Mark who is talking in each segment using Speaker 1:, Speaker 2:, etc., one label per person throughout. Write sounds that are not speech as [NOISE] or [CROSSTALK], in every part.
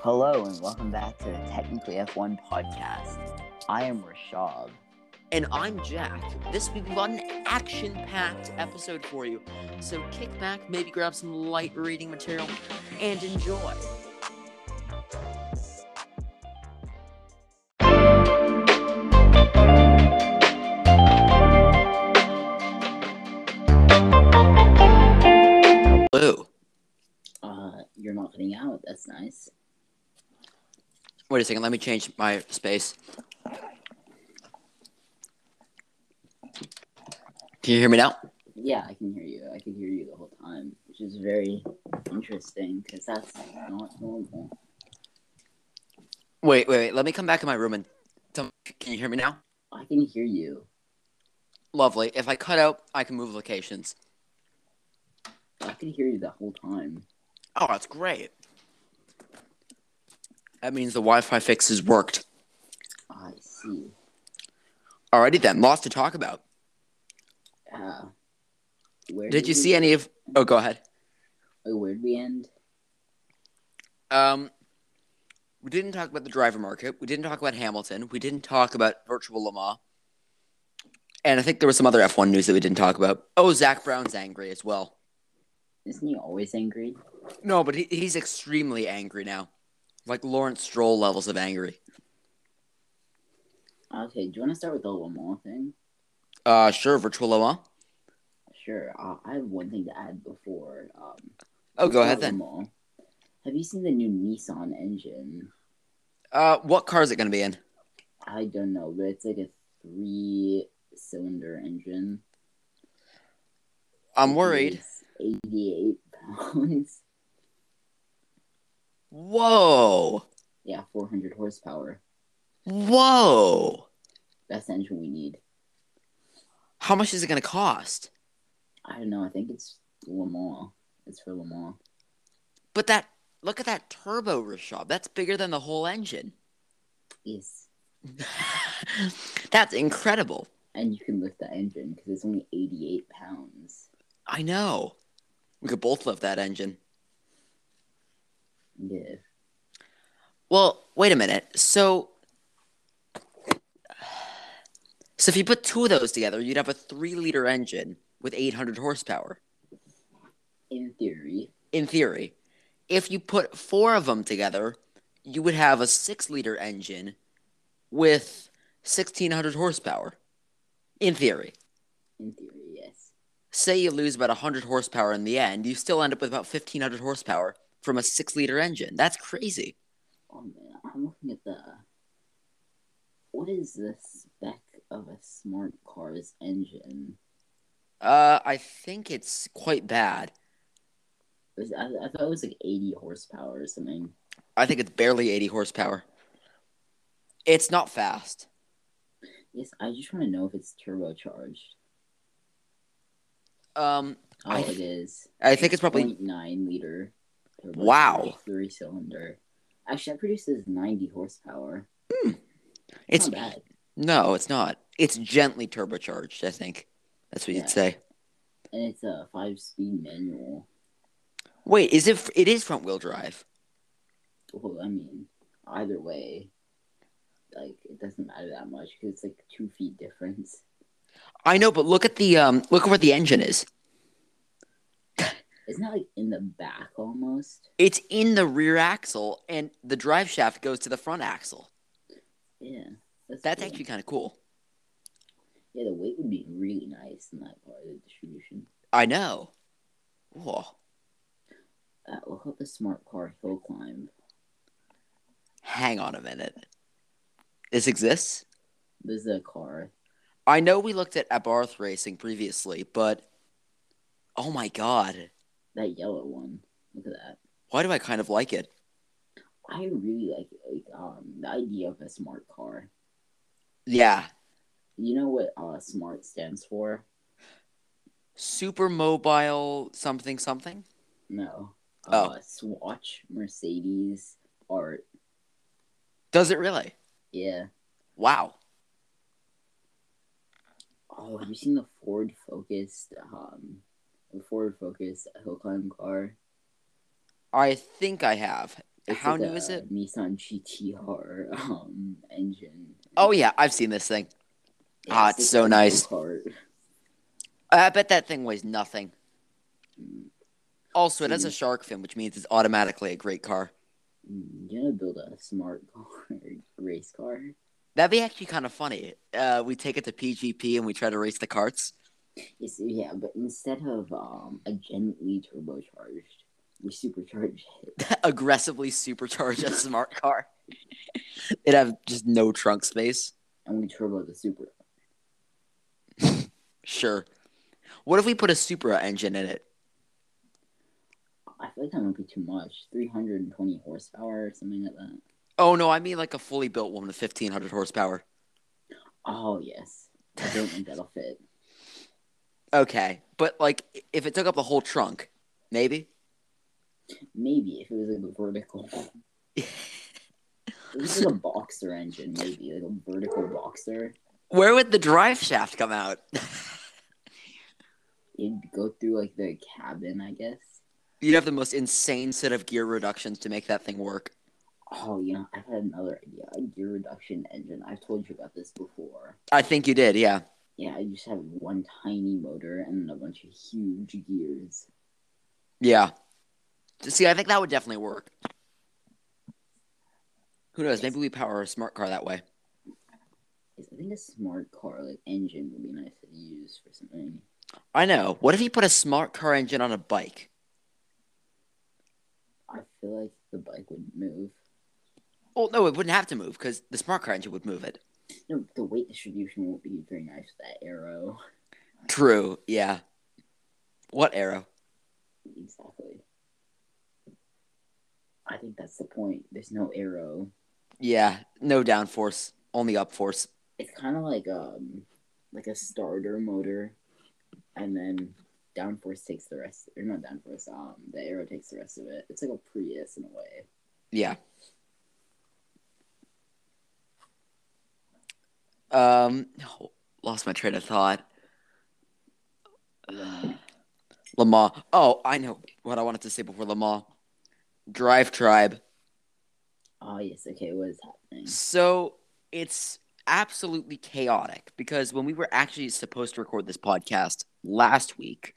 Speaker 1: Hello and welcome back to the Technically F1 podcast. I am Rashab.
Speaker 2: And I'm Jack. This week we've got an action packed episode for you. So kick back, maybe grab some light reading material, and enjoy. Blue.
Speaker 1: Uh, you're not getting out. That's nice.
Speaker 2: Wait a second, let me change my space. Can you hear me now?
Speaker 1: Yeah, I can hear you. I can hear you the whole time, which is very interesting because that's not normal.
Speaker 2: Wait, wait, wait. Let me come back in my room and tell can you hear me now?
Speaker 1: I can hear you.
Speaker 2: Lovely. If I cut out, I can move locations.
Speaker 1: I can hear you the whole time.
Speaker 2: Oh, that's great. That means the Wi Fi fix has worked.
Speaker 1: I see.
Speaker 2: Alrighty then, lots to talk about.
Speaker 1: Uh, where
Speaker 2: Did you
Speaker 1: we-
Speaker 2: see any of. Oh, go ahead.
Speaker 1: Wait, where'd we end?
Speaker 2: Um, we didn't talk about the driver market. We didn't talk about Hamilton. We didn't talk about virtual Le Mans. And I think there was some other F1 news that we didn't talk about. Oh, Zach Brown's angry as well.
Speaker 1: Isn't he always angry?
Speaker 2: No, but he, he's extremely angry now. Like Lawrence Stroll levels of angry.
Speaker 1: Okay, do you want to start with the Lamar thing?
Speaker 2: Uh, sure, virtual Le Mans.
Speaker 1: Sure. Uh, I have one thing to add before. Um,
Speaker 2: Oh, go ahead
Speaker 1: about
Speaker 2: then.
Speaker 1: Lamar. Have you seen the new Nissan engine?
Speaker 2: Uh, what car is it going to be in?
Speaker 1: I don't know, but it's like a three cylinder engine.
Speaker 2: I'm worried.
Speaker 1: Eighty eight [LAUGHS] pounds.
Speaker 2: Whoa.
Speaker 1: Yeah, four hundred horsepower.
Speaker 2: Whoa.
Speaker 1: That's the engine we need.
Speaker 2: How much is it going to cost?
Speaker 1: I don't know, I think it's Le Mans. It's for Le Mans.
Speaker 2: But that, look at that turbo, Rashab. That's bigger than the whole engine. [LAUGHS]
Speaker 1: Yes.
Speaker 2: That's incredible.
Speaker 1: And you can lift that engine because it's only eighty eight pounds.
Speaker 2: I know. We could both love that engine.
Speaker 1: Yeah.
Speaker 2: Well, wait a minute. So, [SIGHS] so if you put two of those together, you'd have a three-liter engine with 800 horsepower
Speaker 1: In theory.
Speaker 2: in theory. If you put four of them together, you would have a six-liter engine with 1600 horsepower in theory.
Speaker 1: In theory, yes.
Speaker 2: Say you lose about 100 horsepower in the end, you still end up with about 1500 horsepower from a 6-liter engine. That's crazy.
Speaker 1: Oh man, I'm looking at the what is the spec of a smart car's engine?
Speaker 2: Uh, I think it's quite bad.
Speaker 1: It was, I, I thought it was like 80 horsepower or something.
Speaker 2: I think it's barely 80 horsepower. It's not fast.
Speaker 1: Yes, I just want to know if it's turbocharged.
Speaker 2: Um,
Speaker 1: Oh,
Speaker 2: I-
Speaker 1: it is.
Speaker 2: I think it's probably
Speaker 1: 0.9 liter. turbocharged,
Speaker 2: Wow.
Speaker 1: Three cylinder. Actually, that produces 90 horsepower. It's
Speaker 2: it's
Speaker 1: not bad.
Speaker 2: no, it's not. It's gently turbocharged. I think that's what
Speaker 1: Yeah.
Speaker 2: you'd say.
Speaker 1: And it's a five speed manual.
Speaker 2: Wait, is it? fr- It is front wheel drive.
Speaker 1: Well, I mean, either way, like, it doesn't matter that much because it's like two feet difference.
Speaker 2: I know, but look at the um, look at where the engine is.
Speaker 1: Isn't that like in the back almost?
Speaker 2: It's in the rear axle, and the drive shaft goes to the front axle.
Speaker 1: Yeah.
Speaker 2: That's
Speaker 1: cool.
Speaker 2: actually kind of cool.
Speaker 1: Yeah, the weight would be really nice in that car, the distribution.
Speaker 2: I know. Whoa.
Speaker 1: Uh, look at the smart car hill climb.
Speaker 2: Hang on a minute. This exists.
Speaker 1: This is a car.
Speaker 2: I know we looked at Abarth Racing previously, but oh my god,
Speaker 1: That yellow one. Look at that.
Speaker 2: why do I kind of like it?
Speaker 1: I really like, like um the idea of a smart car.
Speaker 2: Yeah,
Speaker 1: You know what uh smart stands for?
Speaker 2: super mobile something something.
Speaker 1: No.
Speaker 2: Oh.
Speaker 1: Uh, Swatch, Mercedes, Art.
Speaker 2: Does it really?
Speaker 1: Yeah.
Speaker 2: Wow.
Speaker 1: Oh, have you seen the Ford Focus? Um, the Ford Focus hill climb car.
Speaker 2: I think I have.
Speaker 1: It's
Speaker 2: How
Speaker 1: like
Speaker 2: new
Speaker 1: a
Speaker 2: is it?
Speaker 1: Nissan GTR [LAUGHS] um, engine.
Speaker 2: Oh yeah, I've seen this thing. Ah, it's so
Speaker 1: like a
Speaker 2: nice.
Speaker 1: go-kart.
Speaker 2: I bet that thing weighs nothing.
Speaker 1: Mm,
Speaker 2: Also, it has a
Speaker 1: Mhm.
Speaker 2: shark fin, which means it's automatically a great car.
Speaker 1: mm, You gonna build a smart [LAUGHS] car, race car?
Speaker 2: That'd be actually kind of funny. Uh, we take it to PGP and we try to race the carts. [LAUGHS]
Speaker 1: You see, yeah, but instead of um, a gently turbocharged, we supercharge it.
Speaker 2: Aggressively supercharge a smart car. [LAUGHS] It'd have just no trunk space.
Speaker 1: and we turbo the super.
Speaker 2: Sure. What if we put a Supra engine in it?
Speaker 1: I feel like that might be too much. 320 horsepower or something like that.
Speaker 2: Oh no, I mean like a fully built one with 1500 horsepower.
Speaker 1: Oh, yes. I don't think that'll fit.
Speaker 2: Okay, but like if it took up the whole trunk, maybe.
Speaker 1: Maybe if it was like a vertical. This is like a boxer engine, maybe like a vertical boxer.
Speaker 2: Where would the drive shaft come out?
Speaker 1: It'd go through like the cabin, I guess.
Speaker 2: You'd have the most insane set of gear reductions to make that thing work.
Speaker 1: Oh, you know, I've had another idea. A gear reduction engine. I've told you about this before.
Speaker 2: I think you did, yeah.
Speaker 1: Yeah, I just have one tiny motor and a bunch of huge gears.
Speaker 2: Yeah. See, I think that would definitely work. Who knows? Maybe we power a smart car that way.
Speaker 1: I think a smart car like engine would be nice to use for something.
Speaker 2: I know. What if you put a smart car engine on a bike?
Speaker 1: I feel like the bike would move.
Speaker 2: Well, no, it wouldn't have to move because the smart car engine would move it.
Speaker 1: No, the weight distribution won't be very nice with that arrow.
Speaker 2: True. Yeah. What arrow?
Speaker 1: Exactly. I think that's the point. There's no arrow.
Speaker 2: Yeah. No downforce, only upforce.
Speaker 1: It's kind of like um like a starter motor, and then downforce takes the rest. Or not downforce. Um, the arrow takes the rest of it. It's like a Prius in a way.
Speaker 2: Yeah. Um, lost my train of thought.
Speaker 1: Yeah.
Speaker 2: Lamar. Oh, I know what I wanted to say before Lamar. Drive Tribe.
Speaker 1: Oh yes. Okay. What is happening?
Speaker 2: So it's absolutely chaotic because when we were actually supposed to record this podcast last week,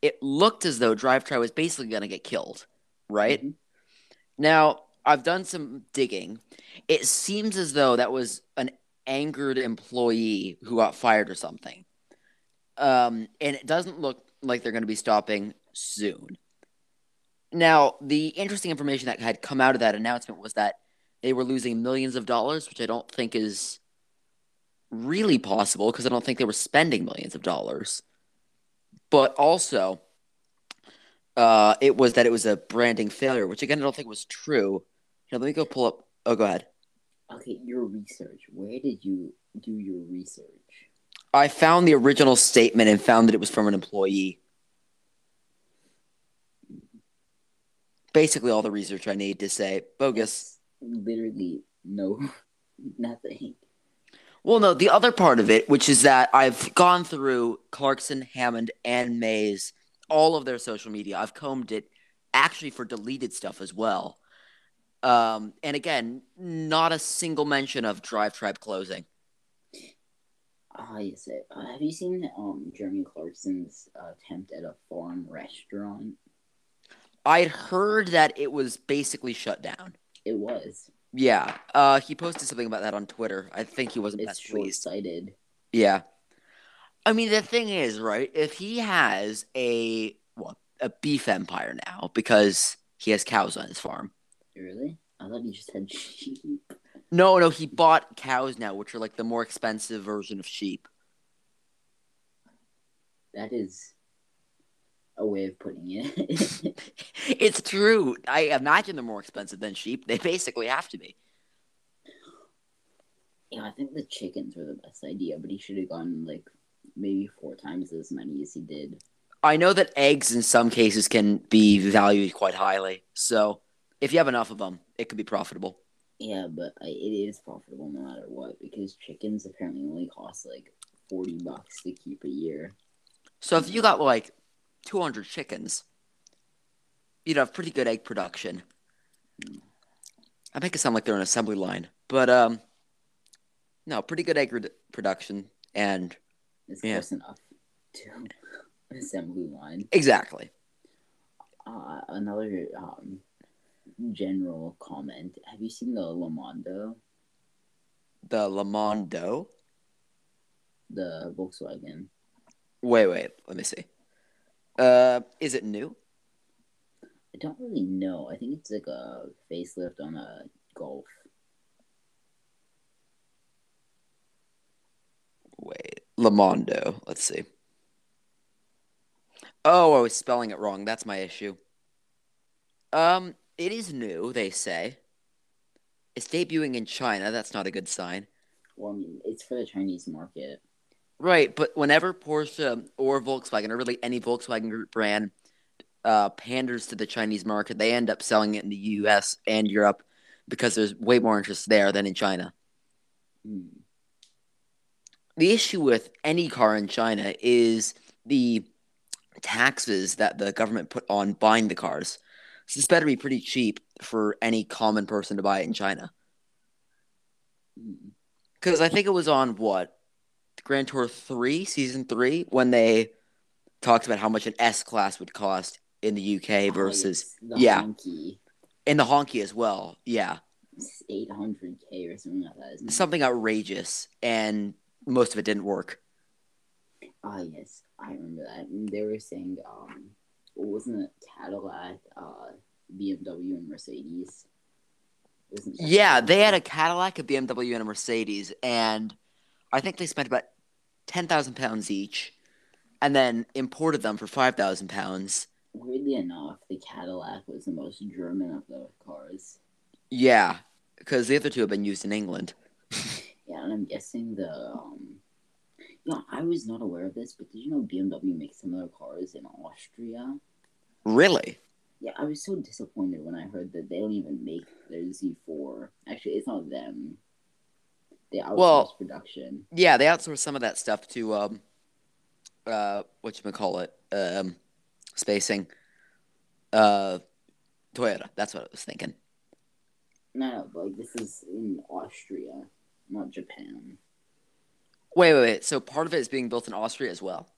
Speaker 2: it looked as though Drive Tribe was basically going to get killed, right?
Speaker 1: Mhm.
Speaker 2: Now, I've done some digging. It seems as though that was an angered employee who got fired or something. Um, and it doesn't look like they're going to be stopping soon. Now, the interesting information that had come out of that announcement was that they were losing millions of dollars, which I don't think is really possible because I don't think they were spending millions of dollars. But also, uh, it was that it was a branding failure, which again I don't think was true. Here, let me go pull up. Oh, go ahead.
Speaker 1: Okay, your research. Where did you do your research?
Speaker 2: I found the original statement and found that it was from an employee. Basically, all the research I need to say bogus.
Speaker 1: Literally, no, [LAUGHS] nothing.
Speaker 2: Well, no, the other part of it, which is that I've gone through Clarkson, Hammond, and Mays, all of their social media. I've combed it actually for deleted stuff as well. Um, and again, not a single mention of Drive Tribe closing.
Speaker 1: Ah, yes. Uh, have you seen um Jeremy Clarkson's uh, attempt at a farm restaurant?
Speaker 2: I'd heard that it was basically shut down.
Speaker 1: It was.
Speaker 2: Yeah. Uh, he posted something about that on Twitter. I think he wasn't
Speaker 1: It's
Speaker 2: best pleased.
Speaker 1: short-sighted.
Speaker 2: Yeah. I mean, the thing is, right? If he has a well, a beef empire now because he has cows on his farm.
Speaker 1: Really? I thought he just had sheep.
Speaker 2: No, no, he bought cows now, which are like the more expensive version of sheep. [LAUGHS]
Speaker 1: That is a way of putting it. [LAUGHS]
Speaker 2: It's true. I imagine they're more expensive than sheep. They basically have to be.
Speaker 1: yeah, I think the chickens were the best idea, but he should have gone like maybe four times as many as he did.
Speaker 2: I know that eggs in some cases can be valued quite highly. So if you have enough of them, it could be profitable.
Speaker 1: Yeah, but I, it is profitable no matter what because chickens apparently only cost like forty bucks to keep a year.
Speaker 2: So if you got like 200 chickens, you'd have pretty good egg production. I make it sound like they're an assembly line, but um, no, pretty good acre production and
Speaker 1: It's
Speaker 2: Yeah.
Speaker 1: close enough to [LAUGHS] an assembly line.
Speaker 2: exactly.
Speaker 1: Uh, another um, general comment. Have you seen the Lamondo,
Speaker 2: The Lamondo.
Speaker 1: the Volkswagen?
Speaker 2: Wait, wait, let me see. Uh, is it new?
Speaker 1: I don't really know. I think it's like a facelift on a Golf.
Speaker 2: Wait, Lamondo. Let's see. Oh, I was spelling it wrong. That's my issue. Um, it is new. They say it's debuting in China. That's not a good sign,
Speaker 1: Well, I mean, it's for the Chinese market.
Speaker 2: right? But whenever Porsche or Volkswagen or really any Volkswagen Group brand uh, panders to the Chinese market, they end up selling it in the U.S. and Europe because there's way more interest there than in China.
Speaker 1: Hmm.
Speaker 2: the issue with any car in China is the taxes that the government put on buying the cars. So this better be pretty cheap for any common person to buy it in China.
Speaker 1: Hmm.
Speaker 2: Because I think it was on what Grand Tour Three, Season Three, when they talked about how much an S class would cost in the UK versus
Speaker 1: Oh, it's the
Speaker 2: yeah.
Speaker 1: honky.
Speaker 2: in the honky as well. Yeah,
Speaker 1: It's 800k or something like that. Isn't it?
Speaker 2: something outrageous, and most of it didn't work.
Speaker 1: Ah, yes, I remember that. And they were saying, um, wasn't it Cadillac, uh, BMW, and Mercedes? Wasn't that-
Speaker 2: Yeah, they had a Cadillac, a BMW, and a Mercedes, and I think they spent about ten thousand pounds each, and then imported them for five thousand pounds.
Speaker 1: Weirdly enough, the Cadillac was the most German of the cars.
Speaker 2: Yeah, because the other two have been used in England.
Speaker 1: Yeah, and I'm guessing the um. No, I was not aware of this, but did you know BMW makes similar cars in Austria?
Speaker 2: Really?
Speaker 1: Yeah, I was so disappointed when I heard that they don't even make their Z4. Actually, it's not them. They outsource
Speaker 2: Well-
Speaker 1: production.
Speaker 2: Yeah, they outsourced some of that stuff to um, uh, what you call it, um, spacing, uh, Toyota. That's what I was thinking.
Speaker 1: No, no, but like this is in Austria, not Japan.
Speaker 2: Wait, wait, wait. So part of it is being built in Austria as well.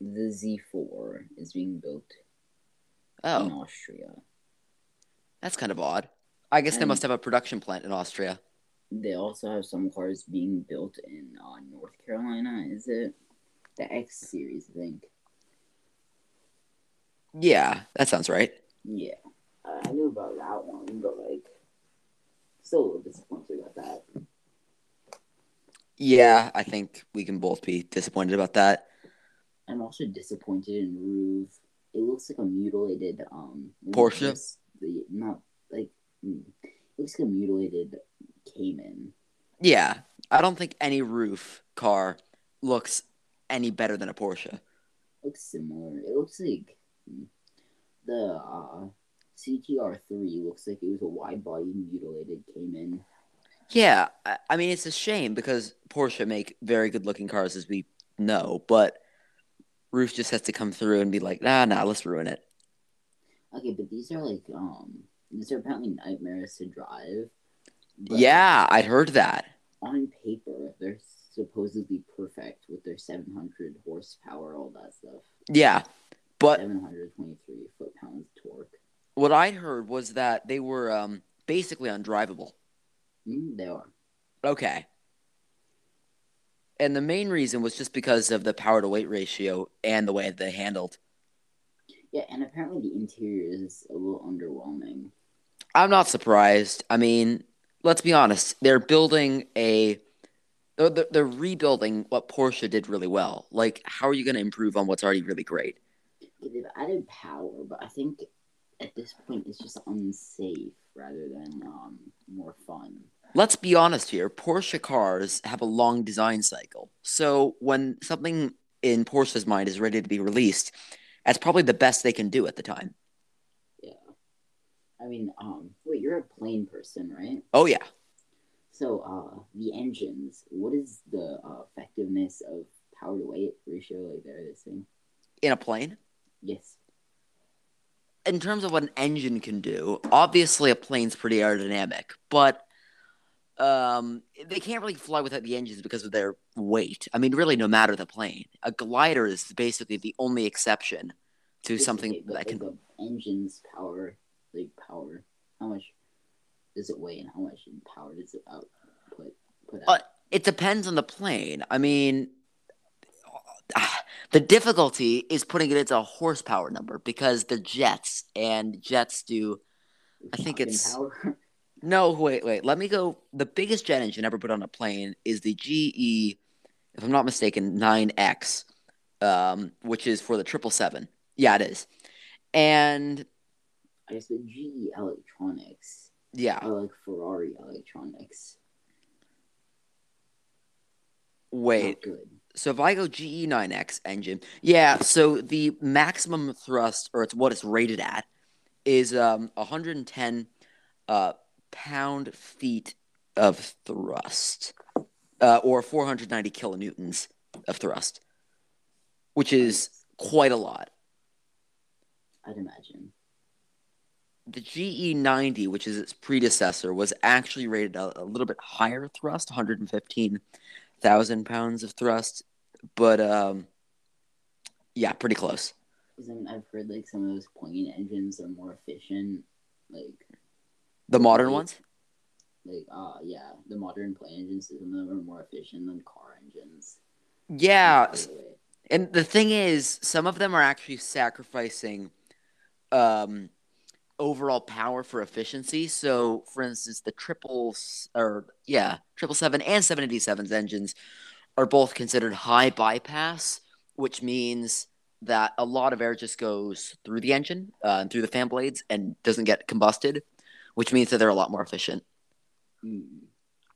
Speaker 1: The Z4 is being built in
Speaker 2: Oh,
Speaker 1: Austria.
Speaker 2: that's kind of odd. I guess they
Speaker 1: And-
Speaker 2: must have a production plant in Austria.
Speaker 1: They also have some cars being built in uh, North Carolina, is it? The X series, I think.
Speaker 2: Yeah, that sounds right.
Speaker 1: Yeah. I knew about that one, but like, still a little disappointed about that.
Speaker 2: Yeah, I think we can both be disappointed about that.
Speaker 1: I'm also disappointed in Roof. It looks like a mutilated um
Speaker 2: Porsche?
Speaker 1: reverse- the- Not like mm, it looks like a mutilated Cayman.
Speaker 2: Yeah, I don't think any roof car looks any better than a Porsche.
Speaker 1: looks similar. It looks like mm, the uh, CTR three looks like it was a wide body mutilated Cayman.
Speaker 2: Yeah, I, I mean it's a shame because Porsche make very good looking cars as we know, but roof just has to come through and be like, nah, nah, let's ruin it.
Speaker 1: Okay, but these are like um these are apparently nightmares to drive. but
Speaker 2: Yeah, I'd heard that.
Speaker 1: on paper they're supposedly perfect with their seven hundred horsepower, all that stuff.
Speaker 2: Yeah, but
Speaker 1: Seven hundred twenty three foot pounds torque.
Speaker 2: what I heard was that they were um, basically undrivable.
Speaker 1: Mm, they are.
Speaker 2: Okay. And the main reason was just because of the power to weight ratio and the way they handled.
Speaker 1: Yeah, and apparently the interior is a little underwhelming.
Speaker 2: I'm not surprised. I mean, let's be honest. They're building a they're, they're, they're rebuilding what Porsche did really well. Like, how are you going to improve on what's already really great?
Speaker 1: Yeah, they've added power, but I think at this point it's just unsafe rather than um, more fun.
Speaker 2: Let's be honest here. Porsche cars have a long design cycle. So, when something in Porsche's mind is ready to be released, that's probably the best they can do at the time.
Speaker 1: I mean, um, wait, you're a plane person, right?
Speaker 2: Oh, yeah.
Speaker 1: So uh, the engines, what is the uh, effectiveness of power to weight ratio like there? This thing,
Speaker 2: In a plane?
Speaker 1: yes,
Speaker 2: in terms of what an engine can do, obviously a plane's pretty aerodynamic, but um, they can't really fly without the engines because of their weight. I mean, really, no matter the plane, a glider is basically the only exception to something
Speaker 1: Basically,
Speaker 2: that
Speaker 1: but,
Speaker 2: can.
Speaker 1: like, the engine's power, like power. How much does it weigh and how much power does it output? Put out?
Speaker 2: Uh, It depends on the plane. I mean, [SIGHS] the difficulty is putting it into a horsepower number because they're jets, and jets do. I think
Speaker 1: Fucking
Speaker 2: it's-
Speaker 1: power. [LAUGHS]
Speaker 2: No, wait, wait. Let me go. The biggest jet engine ever put on a plane is the GE, if I'm not mistaken, 9X, um, which is for the 777. Yeah, it is. And
Speaker 1: I guess the GE Electronics. I
Speaker 2: yeah,
Speaker 1: like Ferrari Electronics. Not
Speaker 2: wait.
Speaker 1: good.
Speaker 2: So if I go GE 9X E engine, yeah, so the maximum thrust, or it's what it's rated at, is um, 110 uh, pound feet of thrust, uh, or 490 kilonewtons of thrust, which is quite a lot.
Speaker 1: I'd imagine.
Speaker 2: The GE 90, which is its predecessor, was actually rated a, a little bit higher thrust, 115,000 pounds of thrust, but um, yeah, pretty close.
Speaker 1: Because I've heard like some of those plane engines are more efficient. Like,
Speaker 2: The modern
Speaker 1: Right.
Speaker 2: ones?
Speaker 1: like uh yeah, the modern plane engines some of them are more efficient than car engines.
Speaker 2: Yeah. s-
Speaker 1: Either way.
Speaker 2: And the thing is, some of them are actually sacrificing um, overall power for efficiency. So, for instance, the triple s- or yeah, triple seven and seven eighty sevens engines are both considered high bypass, which means that a lot of air just goes through the engine uh, and through the fan blades and doesn't get combusted, which means that they're a lot more efficient.
Speaker 1: Mm.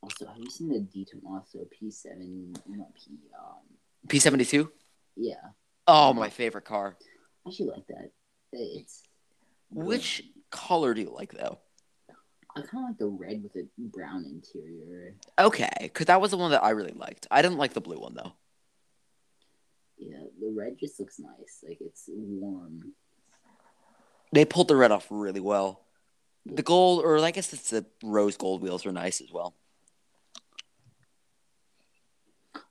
Speaker 1: Also, have you seen the D Tomaso P seven not P um
Speaker 2: P seventy two.
Speaker 1: yeah.
Speaker 2: Oh, my favorite car.
Speaker 1: I actually like that. It's
Speaker 2: Which color do you like though?
Speaker 1: I kinda like the red with a brown interior.
Speaker 2: Okay, because that was the one that I really liked. I didn't like the blue one though.
Speaker 1: Yeah, the red just looks nice. Like it's warm.
Speaker 2: They pulled the red off really well. The gold, or I guess it's the rose gold wheels, were nice as well.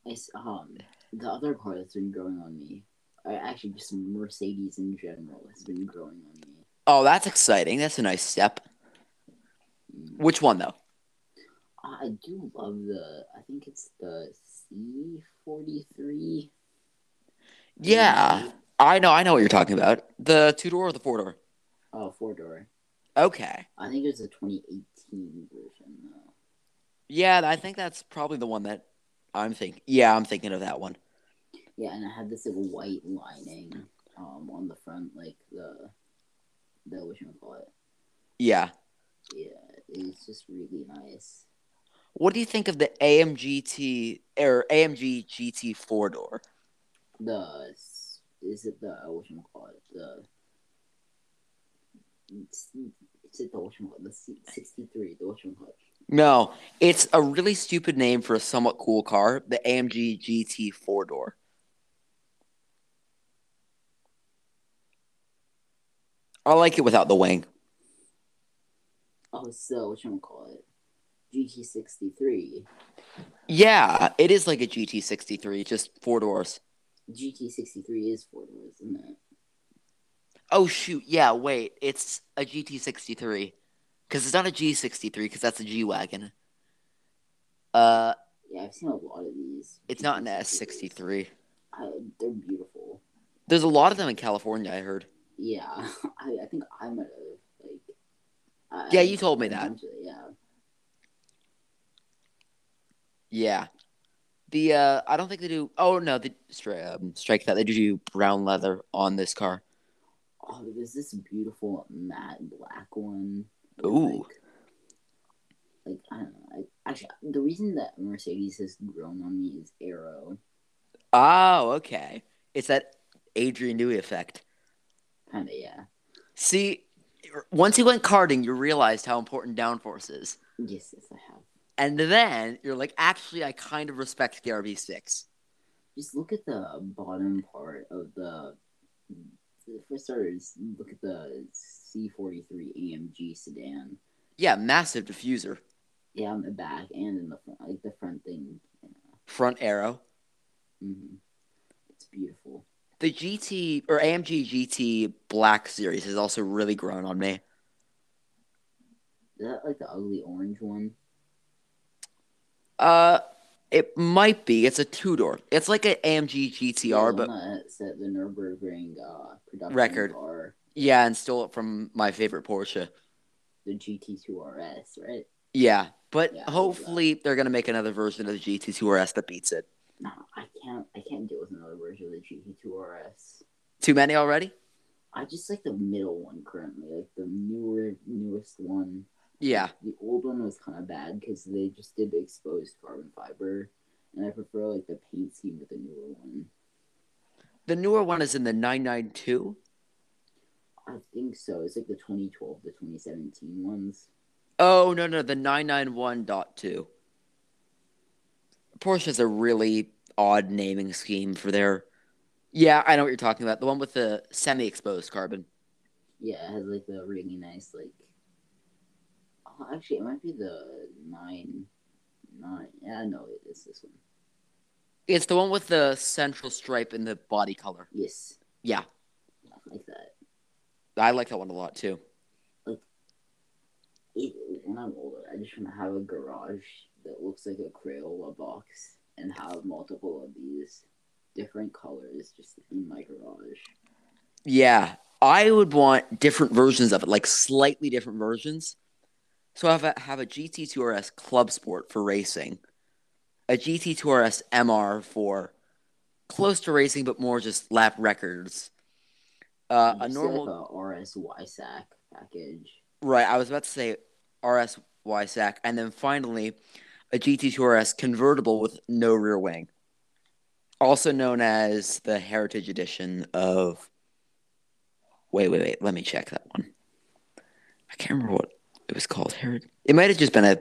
Speaker 1: It's um the other car that's been growing on me, or actually just Mercedes in general has been growing on me.
Speaker 2: Oh, that's exciting. That's a nice step.
Speaker 1: Mm.
Speaker 2: Which one though?
Speaker 1: I do love the. I think it's the C forty three.
Speaker 2: Yeah, I know, I know what you're talking about. The two door or the four door?
Speaker 1: Oh, four door.
Speaker 2: Okay.
Speaker 1: I think it's a twenty eighteen version though.
Speaker 2: Yeah, I think that's probably the one that I'm thinking. Yeah, I'm thinking of that one.
Speaker 1: Yeah, and it had this like white lining um on the front, like the the what you call it.
Speaker 2: Yeah.
Speaker 1: Yeah, it's just really nice.
Speaker 2: What do you think of the AMG T or AMG GT four door?
Speaker 1: the is it the uh, what you call it the it's, it's it the what you call the sixty three the what you call
Speaker 2: No, it's a really stupid name for a somewhat cool car, the AMG GT four door. I like it without the wing.
Speaker 1: oh so what you call it GT sixty three
Speaker 2: Yeah, it is like a GT63, just four doors.
Speaker 1: GT sixty three is four doors isn't it
Speaker 2: Oh shoot, yeah, wait, it's a GT63 cuz it's not a G63 cuz that's a G-Wagon. Uh,
Speaker 1: yeah I've seen a lot of these
Speaker 2: it's not an
Speaker 1: GT63s.
Speaker 2: S63.
Speaker 1: I, Uh, they're beautiful
Speaker 2: There's a lot of them in California, I heard.
Speaker 1: yeah [LAUGHS] I, I think I might have like I,
Speaker 2: Yeah, you told me that.
Speaker 1: eventually, yeah
Speaker 2: Yeah. The uh I don't think they do Oh no, they stri- um, strike that. They do do brown leather on this car.
Speaker 1: oh there's this beautiful matte black one
Speaker 2: Ooh.
Speaker 1: Like, like, I don't know. I, actually, the reason that Mercedes has grown on me is Arrow.
Speaker 2: Oh, okay. It's that Adrian Newey effect.
Speaker 1: Kind of, yeah.
Speaker 2: See, er, once you went karting, you realized how important downforce is.
Speaker 1: Yes, yes, I have.
Speaker 2: And then you're like, actually, I kind of respect the RB6.
Speaker 1: Just look at the bottom part of the for starters, look at the C43 AMG sedan.
Speaker 2: Yeah, massive diffuser.
Speaker 1: Yeah, on the back and in the front, like the front thing.
Speaker 2: Front arrow.
Speaker 1: hmm It's beautiful.
Speaker 2: The GT or AMG GT Black series has also really grown on me.
Speaker 1: Is that like the ugly orange one?
Speaker 2: Uh, it might be. It's a two door. It's like an AMG GTR,
Speaker 1: the
Speaker 2: but
Speaker 1: one that set the Nurburgring uh, production
Speaker 2: Record.
Speaker 1: car,
Speaker 2: yeah, and stole it from my favorite Porsche.
Speaker 1: the GT2 RS, right?
Speaker 2: Yeah, but
Speaker 1: Yeah, I love
Speaker 2: hopefully they're gonna make another version of the GT2 RS that beats it.
Speaker 1: No, I can't. I can't deal with another version of the GT2 RS.
Speaker 2: Too many already?
Speaker 1: I just like the middle one currently, like the newer, newest one.
Speaker 2: Yeah,
Speaker 1: The old one was kind of bad because they just did the exposed carbon fiber, and I prefer like the paint scheme with the newer one.
Speaker 2: the newer one is in the 992.
Speaker 1: I think so. It's like the 2012 to 2017 ones.
Speaker 2: Oh no no the 991.2. Porsche has a really odd naming scheme for their Yeah, I know what you're talking about. The one with the semi-exposed carbon.
Speaker 1: Yeah, it has like the really nice like. Oh, actually, it might be the nine, nine. Yeah, no, it is this one.
Speaker 2: It's the one with the central stripe in the body color.
Speaker 1: Yes,
Speaker 2: Yeah,
Speaker 1: yeah, like that.
Speaker 2: I like that one a lot too.
Speaker 1: It, when I'm older, I just want to have a garage that looks like a Crayola box and have multiple of these different colors just in my garage.
Speaker 2: Yeah, I would want different versions of it, like slightly different versions. So I have a, have a GT2 RS Club Sport for racing, a GT2 RS MR for close to racing but more just lap records. Uh, a
Speaker 1: Just
Speaker 2: normal
Speaker 1: like a RSY sack package.
Speaker 2: right. I was about to say RS YSAC, and then finally a GT2 RS convertible with no rear wing, also known as the Heritage Edition of. Wait, wait, wait. Let me check that one. I can't remember what it was called. Heritage. It might have just been a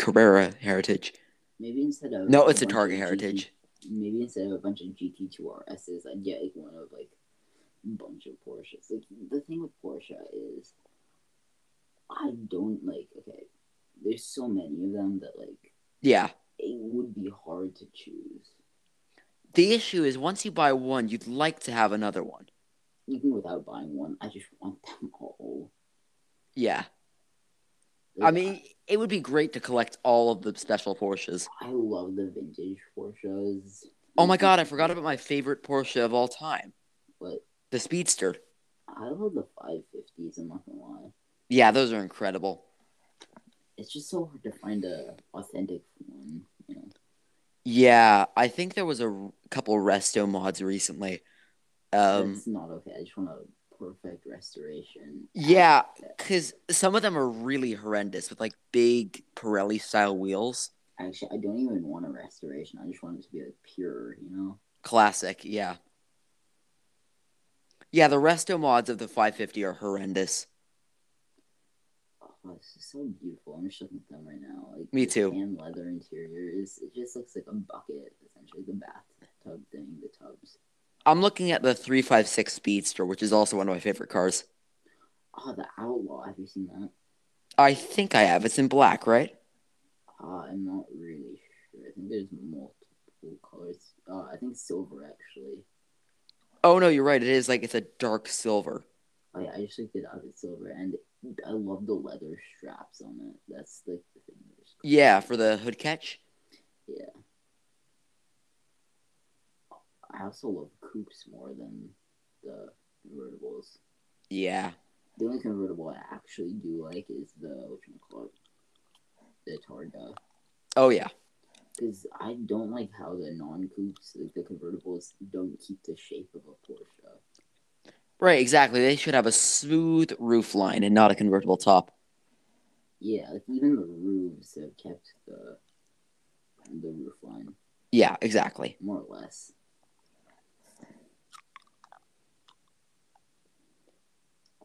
Speaker 2: Carrera Heritage.
Speaker 1: Maybe instead of
Speaker 2: No, it's a
Speaker 1: bunch
Speaker 2: Target
Speaker 1: of
Speaker 2: Heritage.
Speaker 1: maybe instead of a bunch of GT2RSs, I'd get like one of like a bunch of Porsches. Like the thing with Porsche is, I don't like. Okay, there's so many of them that like
Speaker 2: Yeah.
Speaker 1: it would be hard to choose,
Speaker 2: The issue is once you buy one, you'd like to have another one.
Speaker 1: even without buying one. I just want them all.
Speaker 2: Yeah. I
Speaker 1: Like,
Speaker 2: mean, it would be great to collect all of the special Porsches.
Speaker 1: I, I love the vintage Porsches.
Speaker 2: Oh my god, I forgot about my favorite Porsche of all time.
Speaker 1: What?
Speaker 2: The Speedster.
Speaker 1: I love the 550s. I'm not gonna lie.
Speaker 2: Yeah, those are incredible.
Speaker 1: It's just so hard to find a authentic one. You know.
Speaker 2: Yeah, I think there was a r- couple resto mods recently. Um
Speaker 1: That's not okay. I just want a perfect restoration.
Speaker 2: yeah, cuz some of them are really horrendous with like big Pirelli style wheels.
Speaker 1: Actually, I don't even want a restoration. I just want it to be like pure, you know?
Speaker 2: Classic, yeah. Yeah, the resto mods of the 550 are horrendous.
Speaker 1: Oh, this is so beautiful. I'm just looking at them right now. Like
Speaker 2: Me
Speaker 1: the
Speaker 2: too.
Speaker 1: Tan leather interiors. It just looks like a bucket, essentially the bathtub thing, the tubs.
Speaker 2: I'm looking at the 356 Speedster, which is also one of my favorite cars.
Speaker 1: Oh, the outlaw. Have you seen that?
Speaker 2: I think I have. It's in black, right?
Speaker 1: Uh, I'm not really sure. I think there's multiple colors. Uh, I think silver actually.
Speaker 2: Oh no, you're right. It is like it's a dark silver.
Speaker 1: Oh yeah, I just looked it up. It's silver, and I love the leather straps on it. That's like the thing. that just-
Speaker 2: Yeah, for the hood catch.
Speaker 1: I also love coupes more than the convertibles.
Speaker 2: Yeah.
Speaker 1: The only convertible I actually do like is the whatchamacallit, the Targa.
Speaker 2: Oh yeah.
Speaker 1: Because I don't like how the non coupes, like the convertibles, don't keep the shape of a Porsche.
Speaker 2: Right, exactly. They should have a smooth roof line and not a convertible top.
Speaker 1: Yeah, like even the roofs have kept the the roof line
Speaker 2: Yeah, exactly.
Speaker 1: more or less.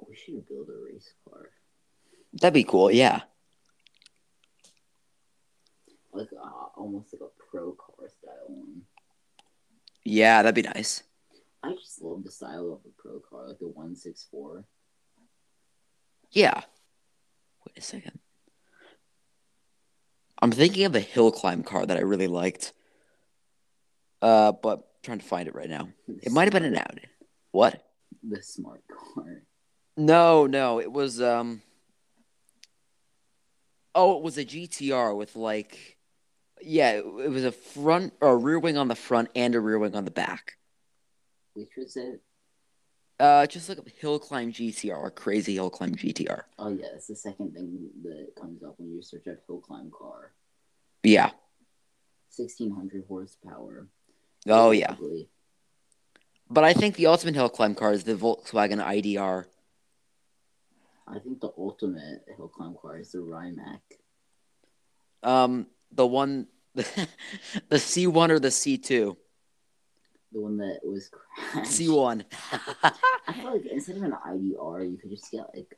Speaker 1: We should build a race car.
Speaker 2: That'd be cool. Yeah.
Speaker 1: like uh, almost like a pro car style one.
Speaker 2: Yeah, that'd be nice.
Speaker 1: I just love the style of the pro car, like the one six four.
Speaker 2: Yeah. Wait a second. I'm thinking of a hill climb car that I really liked. Uh, but I'm trying to find it right now. It might have been an Audi. What?
Speaker 1: the smart car.
Speaker 2: No, no, it was um. Oh, it was a GTR with like, yeah, it it was a front or a rear wing on the front and a rear wing on the back.
Speaker 1: Which was it?
Speaker 2: Uh, just look up hill climb GTR, crazy hill climb GTR.
Speaker 1: Oh yeah, it's the second thing that comes up when you search up hill climb car.
Speaker 2: Yeah.
Speaker 1: Sixteen hundred horsepower.
Speaker 2: Oh yeah.
Speaker 1: Basically,
Speaker 2: But I think the ultimate hill climb car is the Volkswagen IDR.
Speaker 1: I think the ultimate hill climb car is the Rimac.
Speaker 2: Um, the one, [LAUGHS] the C one or the C two.
Speaker 1: The one that was crashed.
Speaker 2: C one. [LAUGHS]
Speaker 1: I feel like instead of an IDR, you could just get like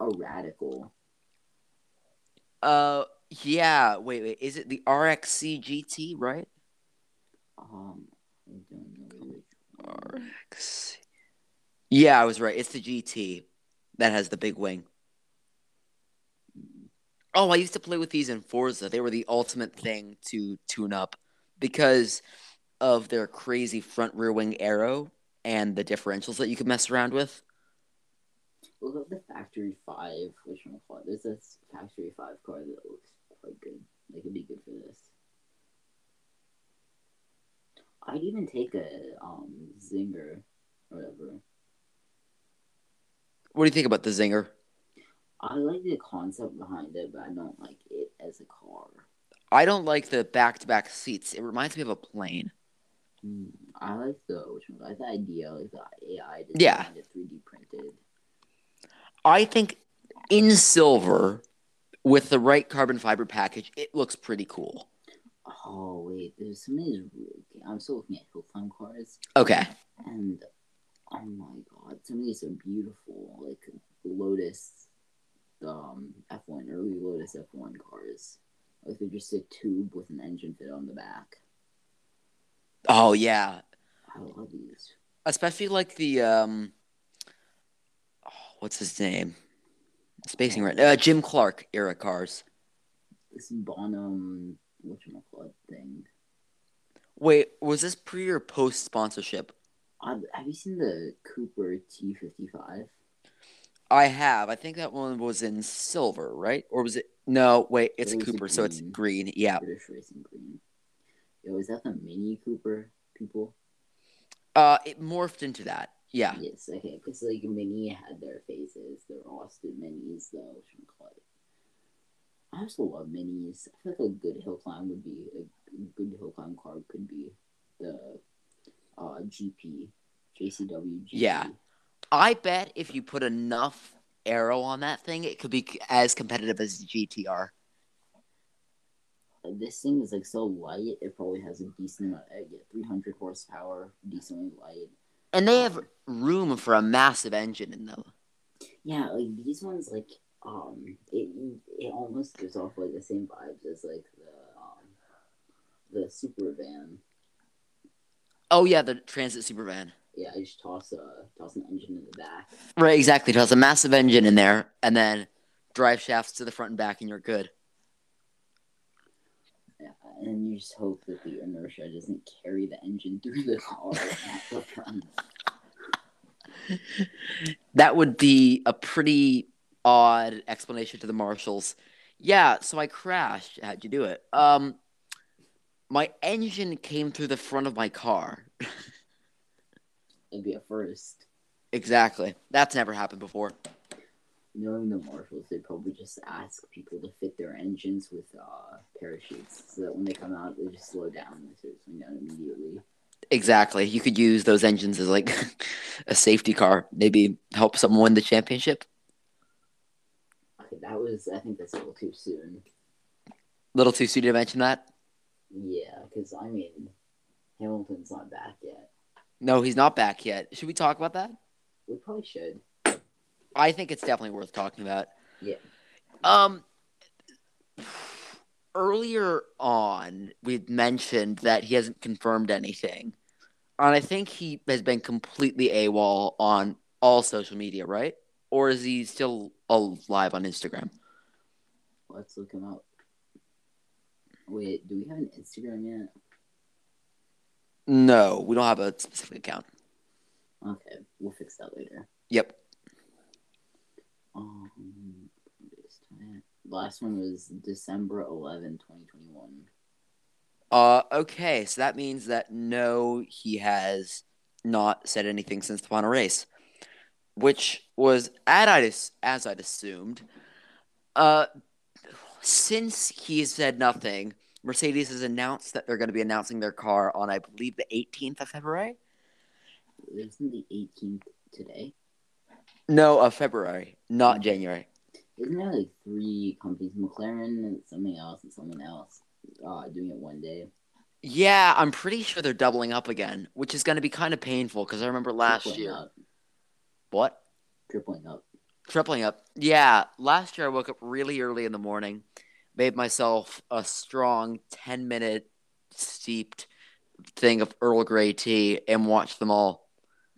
Speaker 1: a radical.
Speaker 2: Uh, yeah. Wait, wait. Is it the RXC GT? Right.
Speaker 1: Um, I don't know. which one.
Speaker 2: RX. Yeah, I was right. It's the GT that has the big wing.
Speaker 1: mm,
Speaker 2: Oh, I used to play with these in Forza. They were the ultimate thing to tune up because of their crazy front rear wing arrow and the differentials that you could mess around with.
Speaker 1: Look up the Factory Five. Which one? was it? There's this Factory Five car that looks quite good. Like it'd be good for this. I'd even take a um Zinger, or whatever.
Speaker 2: What do you think about the Zinger?
Speaker 1: I like the concept behind it, but I don't like it as a car.
Speaker 2: I don't like the back to back seats. It reminds me of a plane.
Speaker 1: Mm, I like the which one? I like the idea, like the AI design,
Speaker 2: Yeah.
Speaker 1: the three D printed.
Speaker 2: I think in silver with the right carbon fiber package, it looks pretty cool.
Speaker 1: Oh wait, there's some of these. really- I'm still looking at hill climb cars,
Speaker 2: Okay.
Speaker 1: and oh my god, some of these are beautiful. Like Lotus, um, F1 early Lotus F1 cars. Like they're just a tube with an engine fit on the back.
Speaker 2: Oh yeah,
Speaker 1: I love these.
Speaker 2: especially like the um, oh, what's his name? Spacing right. Uh, Jim Clark era cars.
Speaker 1: This Bonham, which call thing.
Speaker 2: Wait, was this pre or post sponsorship?
Speaker 1: I, have you seen the Cooper T fifty five?
Speaker 2: I have. I think that one was in silver, right? Or was it? No, wait, it's
Speaker 1: It
Speaker 2: a
Speaker 1: was a
Speaker 2: Cooper, so it's
Speaker 1: green.
Speaker 2: green. Yeah.
Speaker 1: British Racing Green. Yo, is that the Mini Cooper people?
Speaker 2: Uh, it morphed into that. Yeah.
Speaker 1: Yes, okay, because like Mini had their phases. They're Austin Minis though, which we call it. I also love minis. I feel like a good hill climb would be a good hill climb car could be the uh, GP, JCW. GP.
Speaker 2: Yeah. I bet if you put enough arrow on that thing, it could be c- as competitive as GTR.
Speaker 1: Uh, This thing is like so light. It probably has a decent amount. Uh, yeah, three hundred horsepower, decently light.
Speaker 2: And they have room for a massive engine in them.
Speaker 1: Yeah, like these ones, like um, it it almost gives off like the same vibes as like the um, the super van.
Speaker 2: Oh yeah, the Transit Supervan.
Speaker 1: Yeah, I just toss a toss an engine in the back.
Speaker 2: Right, exactly. It has a massive engine in there, and then drive shafts to the front and back, and you're good.
Speaker 1: Yeah, and you just hope that the inertia doesn't carry the engine through the car. at the front.
Speaker 2: That would be a pretty odd explanation to the marshals. Yeah, so I crashed. How'd you do it? Um, my engine came through the front of my car.
Speaker 1: It'd be a first.
Speaker 2: Exactly. That's never happened before.
Speaker 1: Knowing the marshals, they probably just ask people to fit their engines with uh, parachutes, so that when they come out, they just slow down and start slowing down immediately.
Speaker 2: Exactly. You could use those engines as like [LAUGHS] a safety car. Maybe help someone win the championship.
Speaker 1: Okay, that was. I think that's a little too soon.
Speaker 2: Little too soon to mention that.
Speaker 1: Yeah, because I mean, Hamilton's not back yet.
Speaker 2: No, he's not back yet. Should we talk about that?
Speaker 1: We probably should.
Speaker 2: I think it's definitely worth talking about.
Speaker 1: Yeah.
Speaker 2: Um earlier on we mentioned that he hasn't confirmed anything. and I think he has been completely AWOL on all social media, right? Or is he still alive on Instagram?
Speaker 1: Let's look him up. Wait, do we have an Instagram yet?
Speaker 2: No, we don't have a specific account.
Speaker 1: Okay, we'll fix that later.
Speaker 2: Yep.
Speaker 1: Um, this time- last one was December 11, 2021.
Speaker 2: Uh, okay, so that means that no, he has not said anything since the final race, which was as I as I'd assumed. Uh, since he said nothing, Mercedes has announced that they're going to be announcing their car on, I believe, the 18th of February.
Speaker 1: Isn't the 18th today?
Speaker 2: No, of February, not January.
Speaker 1: Isn't there like three companies, McLaren and something else and someone else, uh, doing it one day?
Speaker 2: Yeah, I'm pretty sure they're doubling up again, which is going to be kind of painful because I remember last
Speaker 1: Tripling
Speaker 2: year.
Speaker 1: up,
Speaker 2: What?
Speaker 1: tripling up.
Speaker 2: Tripling up. Yeah. Last year, I woke up really early in the morning, made myself a strong 10 minute steeped thing of Earl Grey tea, and watched them all.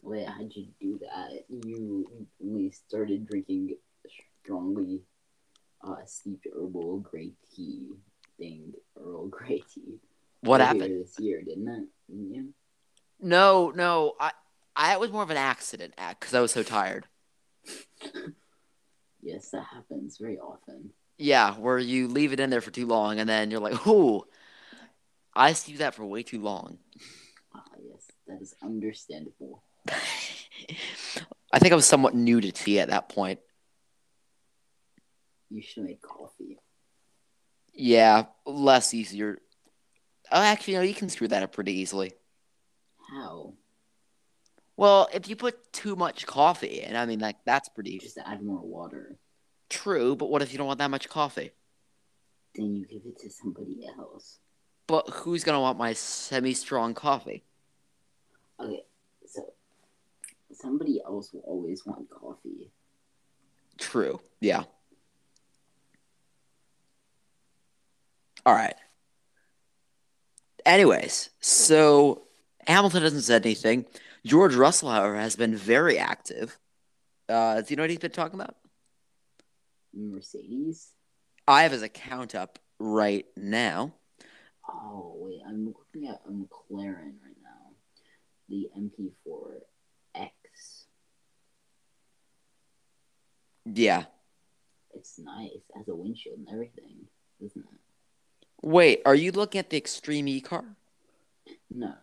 Speaker 1: Wait, how'd you do that? You we started drinking strongly uh, steeped herbal gray tea thing, [LAUGHS] Earl Grey tea.
Speaker 2: What
Speaker 1: earlier
Speaker 2: happened?
Speaker 1: this year? Didn't it? Yeah.
Speaker 2: No, no. I, I it was more of an accident act because I was so tired.
Speaker 1: Yes, that happens very often.
Speaker 2: Yeah, where you leave it in there for too long, and then you're like, ooh, I steeped that for way too long.
Speaker 1: Ah, yes, that is understandable.
Speaker 2: I think I was somewhat new to tea at that point.
Speaker 1: You should make coffee.
Speaker 2: Yeah, less easier. Oh, actually, no, you can screw that up pretty easily.
Speaker 1: How?
Speaker 2: Well, if you put too much coffee in, I mean, like that's pretty
Speaker 1: Just add more water.
Speaker 2: true. But what if you don't want that much coffee?
Speaker 1: Then you give it to somebody else.
Speaker 2: But who's gonna want my semi-strong coffee?
Speaker 1: Okay, so somebody else will always want coffee.
Speaker 2: True. Yeah. All right. Anyways, so Hamilton hasn't said anything. George Russell, however, has been very active. Uh, do you know what he's been talking about?
Speaker 1: Mercedes?
Speaker 2: I have his account up right now.
Speaker 1: Oh wait, I'm looking at a McLaren right now. The MP4 X.
Speaker 2: Yeah.
Speaker 1: It's nice. It has a windshield and everything, isn't it?
Speaker 2: Wait, are you looking at the Extreme E car?
Speaker 1: No,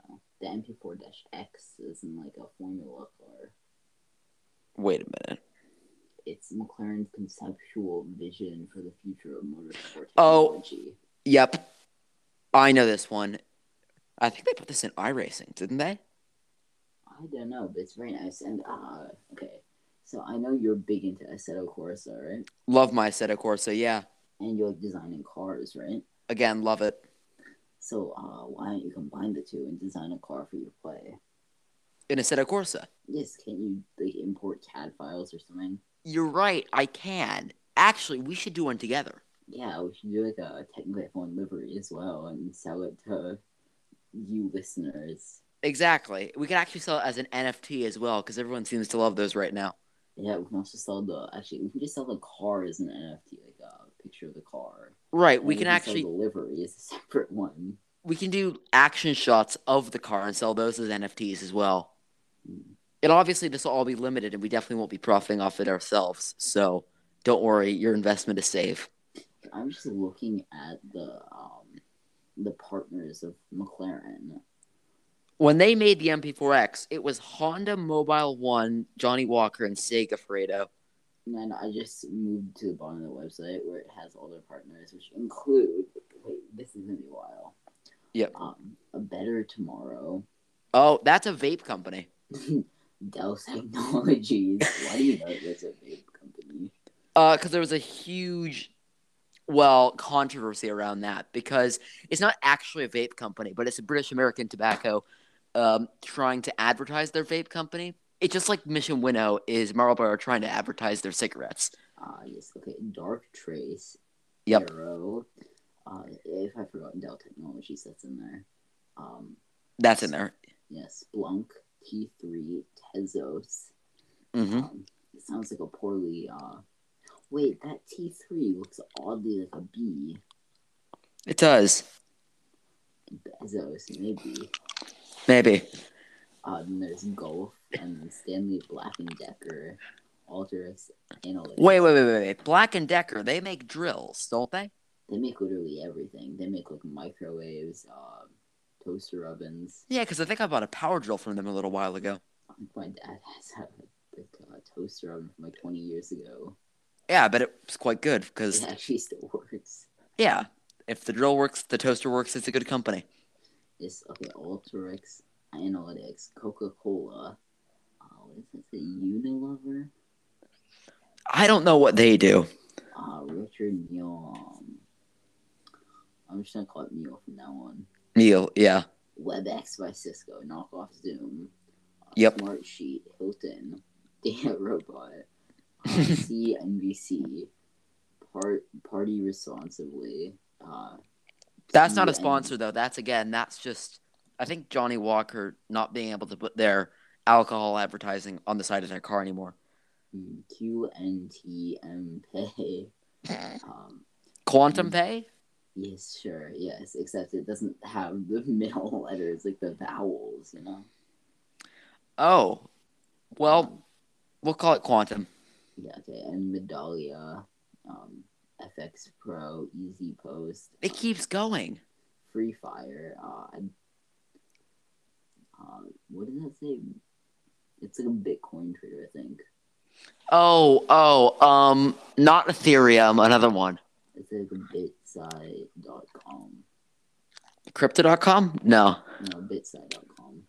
Speaker 1: the MP4 X isn't like a Formula car.
Speaker 2: Wait a minute.
Speaker 1: It's McLaren's conceptual vision for the future of motorsport
Speaker 2: Oh.
Speaker 1: technology.
Speaker 2: Yep. I know this one. I think they put this in iRacing, didn't they?
Speaker 1: I don't know, but it's very nice. And uh, okay, so I know you're big into Assetto Corsa, right?
Speaker 2: Love my set of Corsa, yeah.
Speaker 1: And you're like designing cars, right?
Speaker 2: Again, love it.
Speaker 1: So uh, why don't you combine the two and design a car for your play?
Speaker 2: In a set of Corsa.
Speaker 1: Yes, can you like import CAD files or something?
Speaker 2: You're right, I can. Actually, we should do one together.
Speaker 1: Yeah, we should do like a technically phone livery as well and sell it to you listeners.
Speaker 2: Exactly. We could actually sell it as an NFT as well, because everyone seems to love those right now.
Speaker 1: Yeah, we can also sell the actually we can just sell the car as an NFT, like a picture of the car.
Speaker 2: Right,
Speaker 1: And
Speaker 2: we can
Speaker 1: sell
Speaker 2: actually
Speaker 1: the livery as a separate one.
Speaker 2: we can do action shots of the car and sell those as NFTs as well.
Speaker 1: Mm.
Speaker 2: And obviously, this will all be limited, and we definitely won't be profiting off it ourselves. So don't worry, your investment is safe.
Speaker 1: I'm just looking at the um the partners of McLaren.
Speaker 2: When they made the MP4X, it was Honda Mobile One, Johnny Walker, and Sega Fredo.
Speaker 1: And then I just moved to the bottom of the website where it has all their partners, which include wait, this is gonna be wild.
Speaker 2: Yep.
Speaker 1: Um, a better tomorrow,
Speaker 2: Oh, that's a vape company.
Speaker 1: Dell [LAUGHS] Technologies. Why do you know there's a vape company?
Speaker 2: Because Uh, there was a huge, well, controversy around that because it's not actually a vape company, but it's a British American tobacco um, trying to advertise their vape company. It's just like Mission Winnow is Marlboro trying to advertise their cigarettes.
Speaker 1: Ah, yes. Okay, Dark Trace.
Speaker 2: Yep.
Speaker 1: Arrow. Uh, if I forgot Dell Technologies, that's in there. Um,
Speaker 2: That's in there.
Speaker 1: yeah, Splunk, T3, Tezos.
Speaker 2: Mm-hmm.
Speaker 1: Um, it sounds like a poorly. Uh, wait, that T3 looks oddly like a B.
Speaker 2: It does.
Speaker 1: Bezos, maybe.
Speaker 2: Maybe.
Speaker 1: Uh, then there's Golf and then Stanley Black and Decker, Alteryx, Analytics.
Speaker 2: Wait, wait, wait, wait, wait. Black and Decker, they make drills, don't they?
Speaker 1: They make literally everything. They make like microwaves, uh, toaster ovens.
Speaker 2: Yeah, because I think I bought a power drill from them a little while ago.
Speaker 1: My dad has had a like, uh, toaster oven from like 20 years ago.
Speaker 2: Yeah, but it's quite good
Speaker 1: [LAUGHS]
Speaker 2: because
Speaker 1: It actually still works.
Speaker 2: yeah, if the drill works, the toaster works. It's a good company.
Speaker 1: It's okay, Alteryx, Analytics, Coca Cola. Uh, what is this? The Unilever?
Speaker 2: I don't know what they do.
Speaker 1: Uh, Richard Mule. Um, I'm just gonna call it Mule from now on.
Speaker 2: Neil, yeah,
Speaker 1: WebEx by Cisco, knockoff Zoom, uh,
Speaker 2: Yep.
Speaker 1: Smart Sheet, Hilton, [LAUGHS] Data
Speaker 2: [LAUGHS]
Speaker 1: Robot, uh, CNBC, part, Party Responsibly. Uh,
Speaker 2: that's not a
Speaker 1: CN
Speaker 2: sponsor though. That's again, that's just I think Johnny Walker not being able to put their alcohol advertising on the side of their car anymore.
Speaker 1: QNTM
Speaker 2: [LAUGHS]
Speaker 1: Pay. Um,
Speaker 2: Quantum Pay?
Speaker 1: yes, sure, yes, except it doesn't have the [LAUGHS] middle letters, like the vowels, you know?
Speaker 2: Oh, well,
Speaker 1: Um,
Speaker 2: we'll call it Quantum.
Speaker 1: yeah, okay, and Medallia, um, FX Pro, Easy Post.
Speaker 2: It keeps going.
Speaker 1: Free Fire. Uh, and- uh, what does that say? It's like a Bitcoin trader, I think.
Speaker 2: Oh, oh, um, not Ethereum, another one.
Speaker 1: It's like a bitside.com.
Speaker 2: Crypto.com? No.
Speaker 1: No, bitside.com.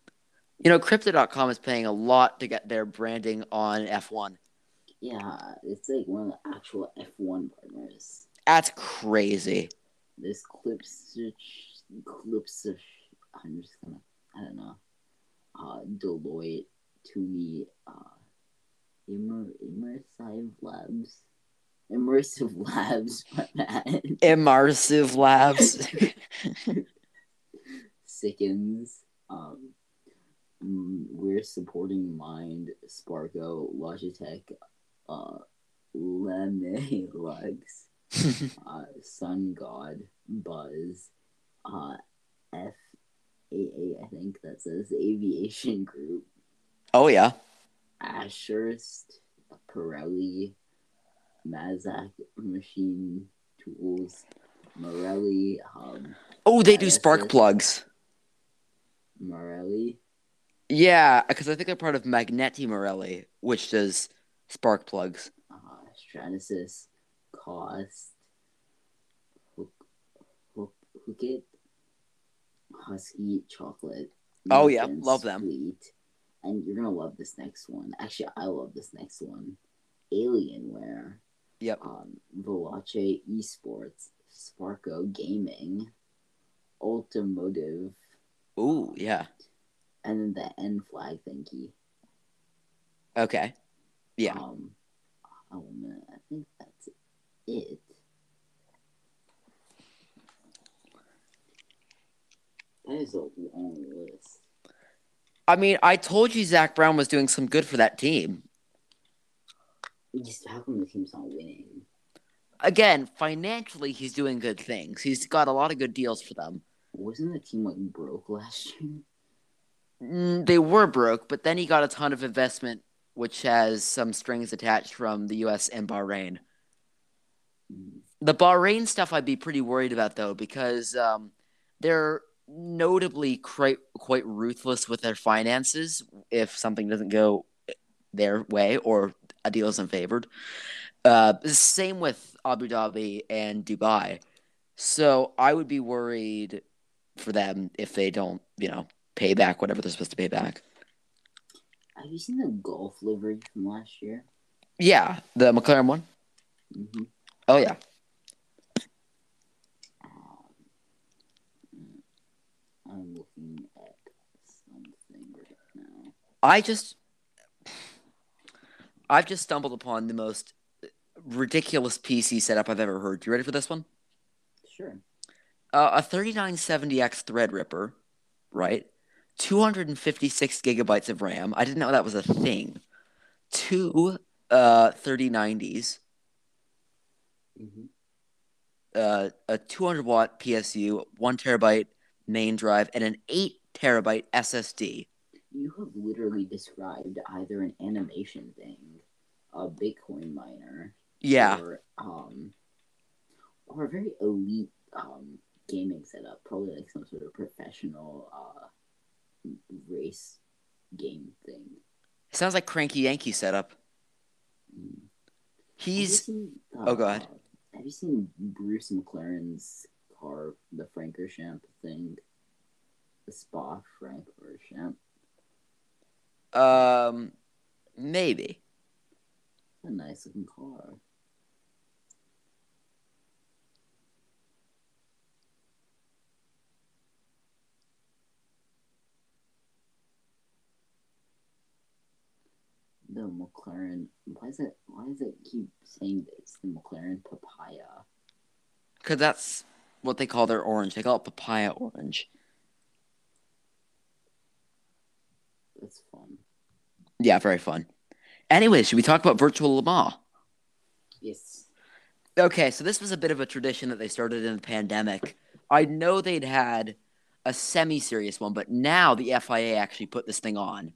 Speaker 2: You know, Crypto.com is paying a lot to get their branding on F1.
Speaker 1: Yeah, it's like one of the actual F1 partners.
Speaker 2: That's crazy.
Speaker 1: This Clipsich, Clipsich, I'm just gonna, I don't know. Uh, Deloitte, Toomey, uh, Immer, Immersive Labs. Immersive [LAUGHS] Labs, my bad.
Speaker 2: Immersive Labs.
Speaker 1: Sickens. Um, mm, we're supporting Mind, Spargo, Logitech, uh, [LAUGHS] Lemme Lux, uh, Sun God, Buzz, uh, FAA, I think that says Aviation Group,
Speaker 2: [LAUGHS] oh, yeah.
Speaker 1: Ashurst, Pirelli, Mazak Machine Tools, Morelli, um,
Speaker 2: Oh, they do
Speaker 1: Yeah,
Speaker 2: spark
Speaker 1: that's it.
Speaker 2: plugs.
Speaker 1: Morelli.
Speaker 2: Yeah, because I think they're part of Magneti Morelli, which does spark plugs.
Speaker 1: uh, Stratasys, Cost, Hook, Hook, Hookit, Husky, Chocolate.
Speaker 2: Oh, yeah.
Speaker 1: Nathan's
Speaker 2: Love them.
Speaker 1: Sweet. And you're going to love this next one. Actually, I love this next one. Alienware,
Speaker 2: Yep.
Speaker 1: um, Velace Esports, Sparko Gaming, Ultimotive,
Speaker 2: Ooh, yeah.
Speaker 1: and then the N flag thingy.
Speaker 2: Okay. Yeah.
Speaker 1: Um, oh man, I think that's it. That is a long list.
Speaker 2: I mean, I told you Zach Brown was doing some good for that team.
Speaker 1: Just how come the team's not winning?
Speaker 2: Again, financially, he's doing good things. He's got a lot of good deals for them.
Speaker 1: Wasn't the team like broke last year?
Speaker 2: Mm, they were broke, but then he got a ton of investment, which has some strings attached from the U.S. and Bahrain.
Speaker 1: Mm.
Speaker 2: The Bahrain stuff I'd be pretty worried about though, because um, they're notably quite quite ruthless with their finances. If something doesn't go their way or a deal isn't favored, uh, same with Abu Dhabi and Dubai. So I would be worried for them if they don't, you know, pay back whatever they're supposed to pay back.
Speaker 1: Have you seen the golf livery from last year?
Speaker 2: Yeah, the McLaren one.
Speaker 1: Mm-hmm.
Speaker 2: Oh yeah,
Speaker 1: Um, mm. I'm looking at something right now.
Speaker 2: I just, I've just stumbled upon the most ridiculous PC setup I've ever heard. You ready for this one?
Speaker 1: Sure.
Speaker 2: Uh, a 3970X Threadripper, right? 256 gigabytes of RAM. I didn't know that was a thing. Two uh 3090s,
Speaker 1: hmm
Speaker 2: uh, a 200 watt PSU, one terabyte main drive, and an eight terabyte SSD.
Speaker 1: You have literally described either an animation thing, a Bitcoin miner,
Speaker 2: Yeah,
Speaker 1: or um, or a very elite um gaming setup, probably like some sort of professional uh race game thing.
Speaker 2: sounds like Cranky Yankee setup.
Speaker 1: Mm. Have you
Speaker 2: He's
Speaker 1: seen, uh,
Speaker 2: oh, go ahead.
Speaker 1: Have you seen Bruce McLaren's car, the Frankershamp thing, the Spa Frankershamp?
Speaker 2: um maybe.
Speaker 1: A nice looking car. The McLaren. Why is it? Why does it keep saying that it's the McLaren Papaya?
Speaker 2: Because that's what they call their orange. They call it papaya orange.
Speaker 1: That's fun.
Speaker 2: Yeah, very fun. Anyway, should we talk about virtual Le Mans?
Speaker 1: Yes.
Speaker 2: Okay, so this was a bit of a tradition that they started in the pandemic. I know they'd had a semi serious one, but now the FIA actually put this thing on.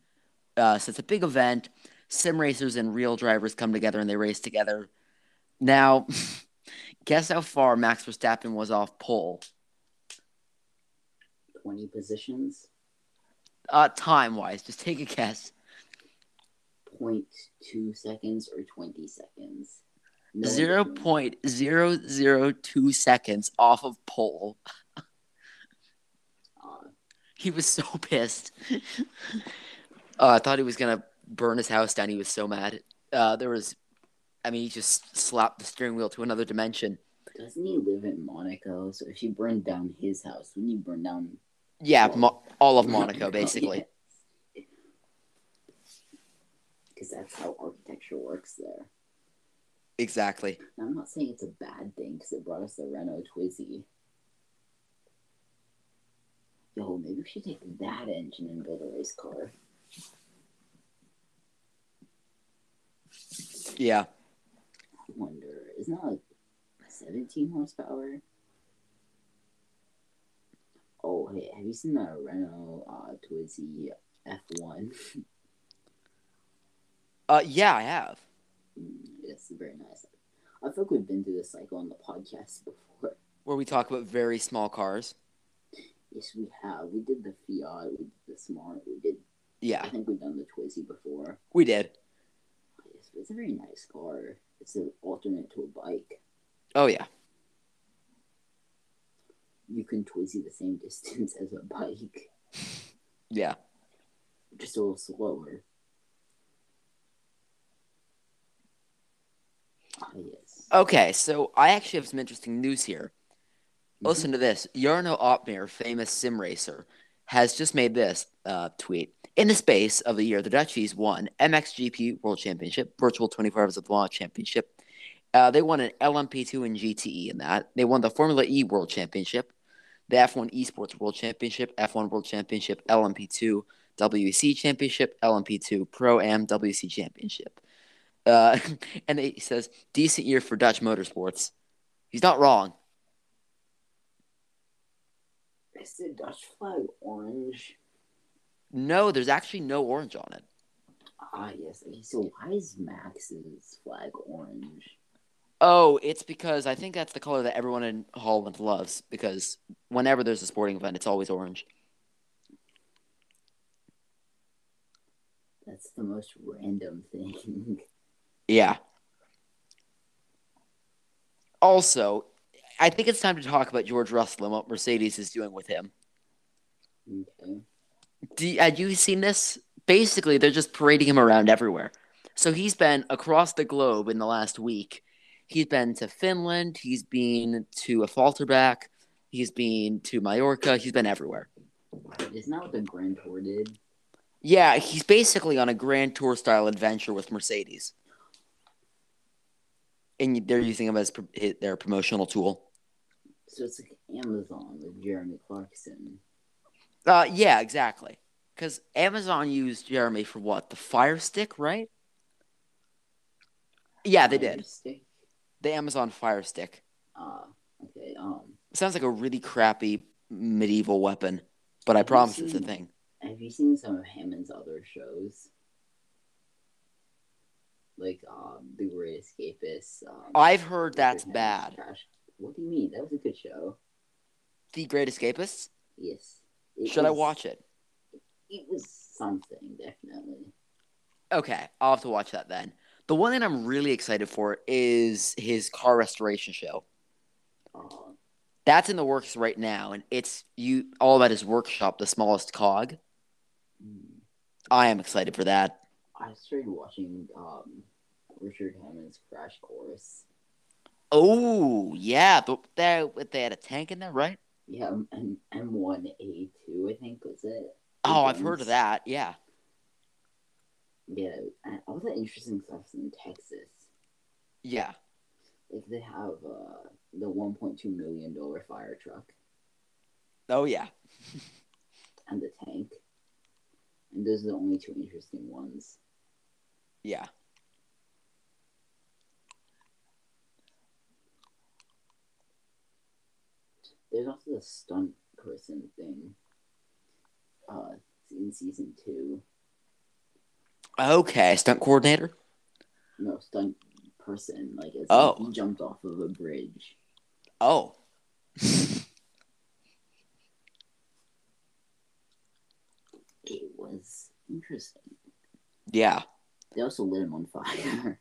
Speaker 2: Uh, so it's a big event. Sim racers and real drivers come together and they race together. Now, [LAUGHS] guess how far Max Verstappen was off pole?
Speaker 1: Twenty positions.
Speaker 2: Uh, time wise, just take a guess.
Speaker 1: 0.2 seconds or twenty seconds. No in
Speaker 2: Zero
Speaker 1: between.
Speaker 2: point zero zero two seconds off of pole. [LAUGHS]
Speaker 1: Uh,
Speaker 2: He was so pissed. [LAUGHS] uh, I thought he was gonna burn his house down. He was so mad. Uh, there was, I mean, he just slapped the steering wheel to another dimension.
Speaker 1: Doesn't he live in Monaco? So if you burn down his house, wouldn't you burn down
Speaker 2: Yeah,
Speaker 1: Well-
Speaker 2: Mo- all of
Speaker 1: [LAUGHS]
Speaker 2: Monaco basically.
Speaker 1: Because that's how architecture works there.
Speaker 2: Exactly.
Speaker 1: Now, I'm not saying it's a bad thing because it brought us the Renault Twizy. Yo, maybe we should take that engine and build a race car.
Speaker 2: Yeah,
Speaker 1: I wonder, isn't that like 17 horsepower? Oh, hey, have you seen the Renault uh, Twizy F1?
Speaker 2: uh, yeah, I have.
Speaker 1: Mm, That's very nice. I feel like we've been through this cycle on the podcast before.
Speaker 2: Where we talk about very small cars.
Speaker 1: Yes, we have. We did the Fiat, we did the Smart, we did. I
Speaker 2: Yeah,
Speaker 1: think we've done the Twizy before.
Speaker 2: we did.
Speaker 1: Yes, but it's a very nice car. It's an alternate to a bike.
Speaker 2: Oh yeah,
Speaker 1: You can Twizy the same [LAUGHS] distance as a bike,
Speaker 2: yeah.
Speaker 1: just a little slower. Ah, yes.
Speaker 2: Okay, so I actually have some interesting news here.
Speaker 1: Mhm.
Speaker 2: Listen to this. Jarno Opmeer, famous sim racer, has just made this uh, tweet. In the space of a year, the Dutchies won MXGP World Championship, Virtual 24 Hours of Le Mans Championship. Uh, they won an LMP2 and GTE in that. They won the Formula E World Championship, the F1 Esports World Championship, F1 World Championship, LMP2 WEC E Championship, LMP2 Pro Am WEC Championship. Uh, [LAUGHS] and he says, decent year for Dutch motorsports. He's not wrong.
Speaker 1: Is the Dutch flag orange?
Speaker 2: No, there's actually no orange on it.
Speaker 1: Ah, yes. Okay, so why is Max's flag orange?
Speaker 2: Oh, it's because I think that's the color that everyone in Holland loves because whenever there's a sporting event, it's always orange.
Speaker 1: That's the most random thing. [LAUGHS]
Speaker 2: Yeah. Also, I think it's time to talk about George Russell and what Mercedes is doing with him.
Speaker 1: okay.
Speaker 2: Do, had you seen this? Basically, they're just parading him around everywhere. So he's been across the globe in the last week. He's been to Finland. He's been to a falterback. He's been to Mallorca. He's been everywhere.
Speaker 1: Isn't that what the Grand Tour did?
Speaker 2: Yeah, he's basically on a grand tour style adventure with Mercedes, and they're using him as pro- hi- their promotional tool.
Speaker 1: So it's like Amazon with Jeremy Clarkson.
Speaker 2: Uh, yeah, exactly. Because Amazon used Jeremy for what? The Fire Stick, right? Yeah, they did.
Speaker 1: Stick.
Speaker 2: The Amazon Fire Stick.
Speaker 1: Ah, okay. Um,
Speaker 2: Sounds like a really crappy medieval weapon, but I promise it's a
Speaker 1: seen-
Speaker 2: thing.
Speaker 1: have you seen some of Hammond's other shows? Like um, The Great Escapist. Um,
Speaker 2: I've Oh, heard
Speaker 1: Richard
Speaker 2: that's
Speaker 1: Hammond's
Speaker 2: bad.
Speaker 1: Trash. What do you mean? That was a good show.
Speaker 2: The Great Escapists?
Speaker 1: Yes. It
Speaker 2: Should I
Speaker 1: was-
Speaker 2: watch it?
Speaker 1: It was something definitely.
Speaker 2: Okay, I'll have to watch that then. The one that I'm really excited for is his car restoration show.
Speaker 1: Um,
Speaker 2: That's in the works right now, and it's you all about his workshop, the smallest cog.
Speaker 1: mm,
Speaker 2: I am excited for that.
Speaker 1: I started watching um, Richard Hammond's Crash Course.
Speaker 2: Oh yeah, but they they had a tank in there, right?
Speaker 1: Yeah, M M one A two I think was it.
Speaker 2: Oh, I've heard
Speaker 1: Yes.
Speaker 2: of that. Yeah,
Speaker 1: Yeah, and all the interesting stuff's in Texas.
Speaker 2: yeah.
Speaker 1: Like they have uh, the one point two million dollar fire truck
Speaker 2: Oh yeah.
Speaker 1: and the tank, and those are the only two interesting ones.
Speaker 2: Yeah.
Speaker 1: There's also the stunt person thing. Uh, in season two,
Speaker 2: Okay, stunt coordinator.
Speaker 1: no stunt person. Like as
Speaker 2: Oh.
Speaker 1: he jumped off of a bridge.
Speaker 2: Oh.
Speaker 1: It was interesting.
Speaker 2: Yeah.
Speaker 1: They also lit him on fire.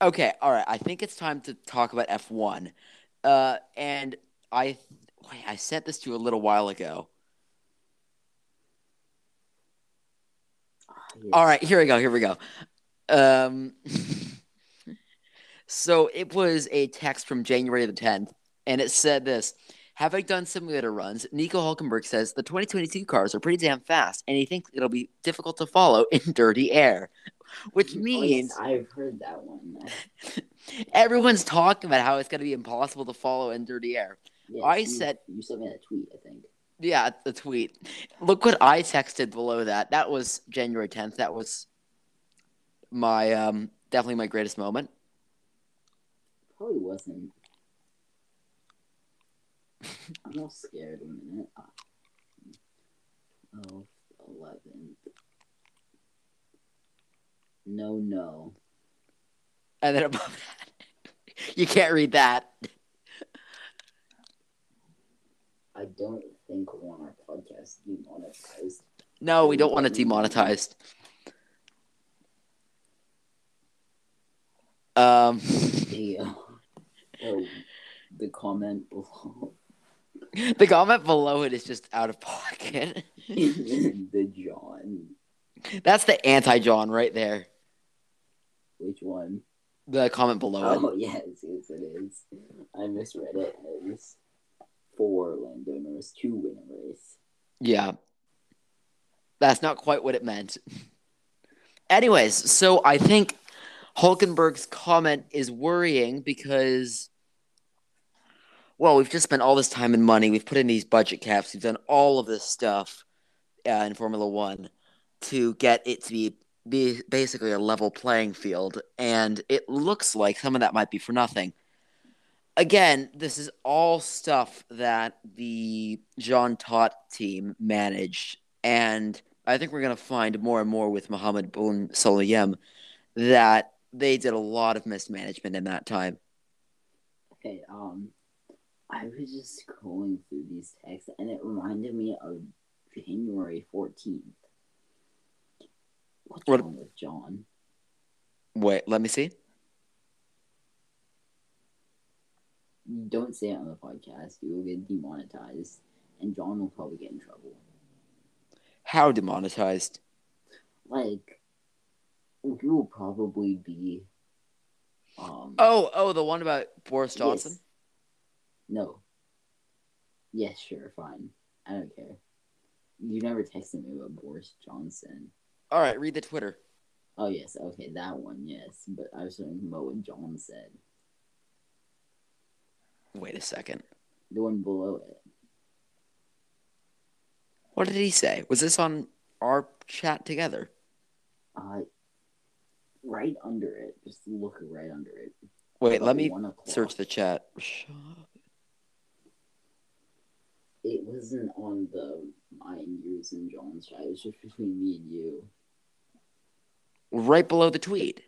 Speaker 2: okay, all right. I think it's time to talk about F1. Uh, and I wait, I sent this to you a little while ago.
Speaker 1: Ah, yes.
Speaker 2: All right, here we go. Here we go. Um, [LAUGHS] so it was a text from January the 10th, and it said this Having done simulator runs, Nico Hulkenberg says the 2022 cars are pretty damn fast, and he thinks it'll be difficult to follow in [LAUGHS] dirty air.
Speaker 1: Oh,
Speaker 2: Which
Speaker 1: yes,
Speaker 2: means
Speaker 1: I've heard that one. Uh,
Speaker 2: everyone's talking about how it's going to be impossible to follow in dirty air.
Speaker 1: Yes,
Speaker 2: I
Speaker 1: you-
Speaker 2: said-
Speaker 1: you sent me that tweet. I think.
Speaker 2: Yeah, the tweet. Look what I texted below that. That was January 10th. That was my um, definitely my greatest moment.
Speaker 1: Probably
Speaker 2: [LAUGHS]
Speaker 1: wasn't. I'm all scared a minute. oh, Ah. 12, 11. No, no.
Speaker 2: And then above that, [LAUGHS] you can't read that.
Speaker 1: I don't think we're on our podcast
Speaker 2: [LAUGHS]
Speaker 1: demonetized.
Speaker 2: No, we don't want it demonetized. Um, [LAUGHS]
Speaker 1: The, uh, the, the comment below,
Speaker 2: the comment below it is just out of pocket. [LAUGHS]
Speaker 1: the John.
Speaker 2: That's the anti John right there.
Speaker 1: Which one?
Speaker 2: The comment below it.
Speaker 1: Oh, yes, yes, it is. I misread it. It was four landowners to win a race.
Speaker 2: Yeah. That's not quite what it meant. Anyways, so I think Hulkenberg's comment is worrying because, well, we've just spent all this time and money. We've put in these budget caps. We've done all of this stuff uh, in Formula One to get it to be, be basically a level playing field. And it looks like some of that might be for nothing. Again, this is all stuff that the Jean Tot team managed. And I think we're going to find more and more with Mohammed Boun Soleim that they did a lot of mismanagement in that time.
Speaker 1: Okay, um, I was just scrolling through these texts and it reminded me of January 14th. What's
Speaker 2: What-
Speaker 1: wrong with John?
Speaker 2: Wait, let me see.
Speaker 1: Don't say it on the podcast. You will get demonetized and John will probably get in trouble.
Speaker 2: How demonetized?
Speaker 1: Like, we will probably be. Um,
Speaker 2: Oh, oh, the one about Boris Johnson?
Speaker 1: Yes. No. Yes, sure, fine. I don't care. You never texted me about Boris Johnson.
Speaker 2: All right, read the Twitter.
Speaker 1: Oh yes, okay, that one, yes. But I was wondering about what John said.
Speaker 2: Wait a second.
Speaker 1: The one below it.
Speaker 2: What did he say? Was this on our chat together?
Speaker 1: Uh, right under it. Just look right under it.
Speaker 2: Wait, let
Speaker 1: About
Speaker 2: me
Speaker 1: one o'clock.
Speaker 2: search the chat.
Speaker 1: It wasn't on the mine, yours, and John's chat. It was just between me and you.
Speaker 2: Right below the tweet.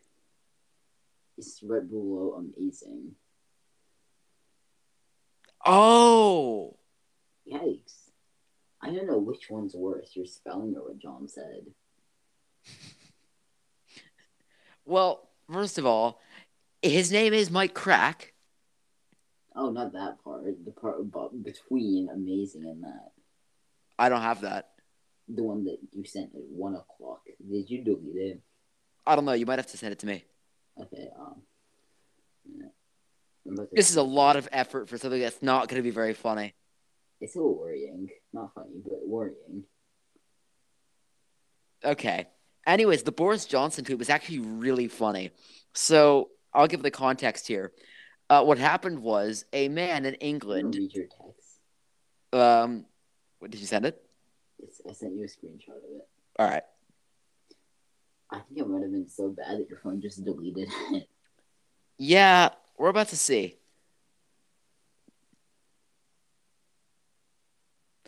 Speaker 1: It's right below amazing.
Speaker 2: Oh.
Speaker 1: Yikes. I don't know which one's worse, your spelling or what John said.
Speaker 2: Well, first of all, his name is Mike Crack.
Speaker 1: Oh, not that part. The part about between amazing and that.
Speaker 2: I don't have that.
Speaker 1: The one that you sent at one o'clock. Did you delete it?
Speaker 2: I don't know. You might have to send it to me.
Speaker 1: Okay, um. yeah. I'm about to-
Speaker 2: This is a lot of effort for something that's not going to be very funny.
Speaker 1: It's still worrying. Not funny, but worrying.
Speaker 2: Okay. Anyways, the Boris Johnson tweet was actually really funny. So I'll give the context here. Uh, what happened was a man in
Speaker 1: I'm gonna
Speaker 2: England.
Speaker 1: read your text.
Speaker 2: Um, what, did you send it?
Speaker 1: It's, I sent you a screenshot of it.
Speaker 2: All right.
Speaker 1: I think it might have been so bad that your phone just deleted [LAUGHS] it.
Speaker 2: Yeah, we're about to see.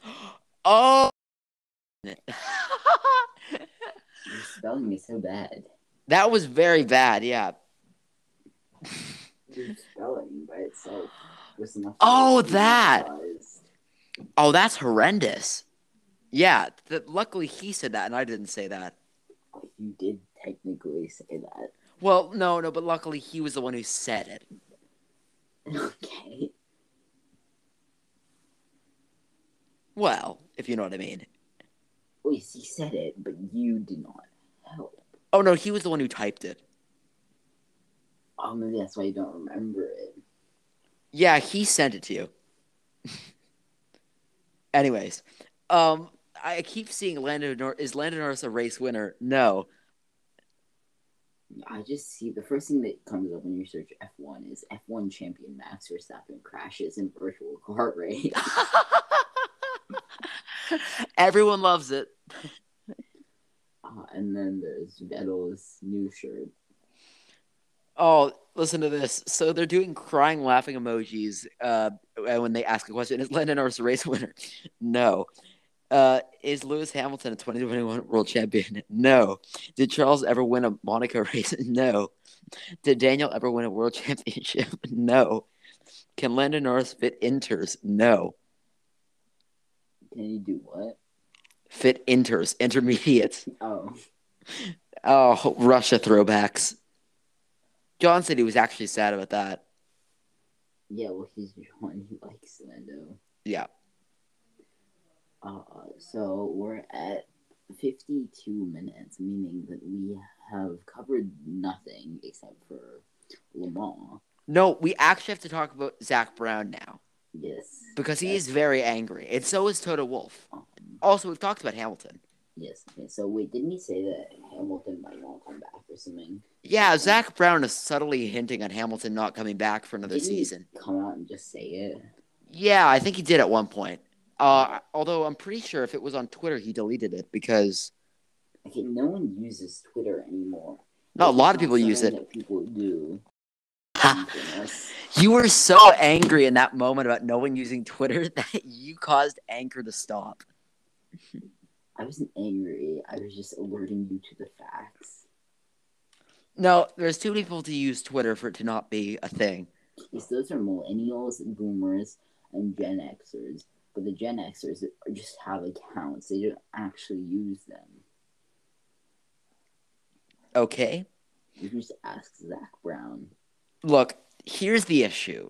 Speaker 2: [GASPS] Oh. [LAUGHS]
Speaker 1: Your spelling is so bad.
Speaker 2: that was very bad. Yeah.
Speaker 1: Your spelling by itself was enough. to
Speaker 2: Oh,
Speaker 1: make me
Speaker 2: that!
Speaker 1: realize.
Speaker 2: Oh, that's horrendous. Yeah. Th- luckily, he said that, and I didn't say that.
Speaker 1: Like, You did technically say that. [LAUGHS]
Speaker 2: Well, no, no, but luckily he was the one who said it.
Speaker 1: Okay.
Speaker 2: Well, if you know what I mean.
Speaker 1: Well, yes, he said it, but you did not help.
Speaker 2: Oh no, he was the one who typed it.
Speaker 1: Oh, maybe that's why you don't remember it.
Speaker 2: Yeah, he sent it to you. [LAUGHS] Anyways, um, I keep seeing Landon Nor- is Landon Norris a race winner? No.
Speaker 1: I just see the first thing that comes up when you search F1 is F1 champion Max Verstappen crashes in virtual [LAUGHS] kart race.
Speaker 2: Everyone loves it.
Speaker 1: Uh, and then there's Vettel's new shirt.
Speaker 2: Oh, listen to this. So they're doing crying, laughing emojis uh, when they ask a question. Is Landon Norris a race winner? No. Uh, is Lewis Hamilton a 2021 world champion? No. Did Charles ever win a Monaco race? [LAUGHS] No. Did Daniel ever win a world [LAUGHS] championship? No. Can Landon Norris fit inters? No.
Speaker 1: Can you do what?
Speaker 2: Fit inters, intermediates.
Speaker 1: Oh,
Speaker 2: Oh, Russia throwbacks. John said he was actually sad about that.
Speaker 1: yeah, well, he's [LAUGHS] John. He likes Lando.
Speaker 2: Yeah.
Speaker 1: Uh, so we're at 52 minutes, meaning that we have covered nothing except for Le Mans.
Speaker 2: No, we actually have to talk about Zach Brown now.
Speaker 1: Yes.
Speaker 2: because he
Speaker 1: Okay.
Speaker 2: is very angry, and so is Toto Wolf.
Speaker 1: Um,
Speaker 2: Also, we've talked about Hamilton.
Speaker 1: yes. Okay, so wait, didn't he say that Hamilton might not come back or something?
Speaker 2: Yeah, Zach Brown is subtly hinting on Hamilton not coming back for another
Speaker 1: Didn't he
Speaker 2: season.
Speaker 1: Come out and just say it.
Speaker 2: Yeah, I think he did at one point. Uh, although I'm pretty sure if it was on Twitter, he deleted it because
Speaker 1: Okay, no one uses Twitter anymore.
Speaker 2: not a
Speaker 1: It's
Speaker 2: lot of people
Speaker 1: something
Speaker 2: use it.
Speaker 1: That people do.
Speaker 2: Ha.
Speaker 1: Yes.
Speaker 2: You were so angry in that moment about no one using Twitter [LAUGHS] that you caused anger to stop.
Speaker 1: I wasn't angry. I was just alerting you to the facts.
Speaker 2: No, there's too many people to use Twitter for it to not be a thing.
Speaker 1: Yes, those are millennials, boomers, and Gen Xers. But the Gen Xers are- just have accounts. They don't actually use them.
Speaker 2: Okay?
Speaker 1: You can just ask Zach Brown.
Speaker 2: look, here's the issue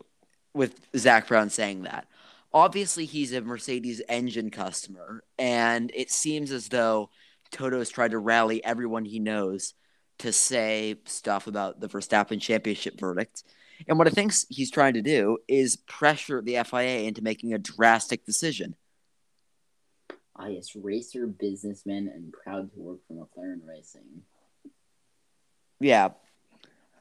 Speaker 2: with Zach Brown saying that. Obviously, he's a Mercedes engine customer, and it seems as though Toto's tried to rally everyone he knows to say stuff about the Verstappen championship verdict. And what I think he's trying to do is pressure the FIA into making a drastic decision.
Speaker 1: I is racer, businessman, and proud to work for McLaren Racing.
Speaker 2: Yeah.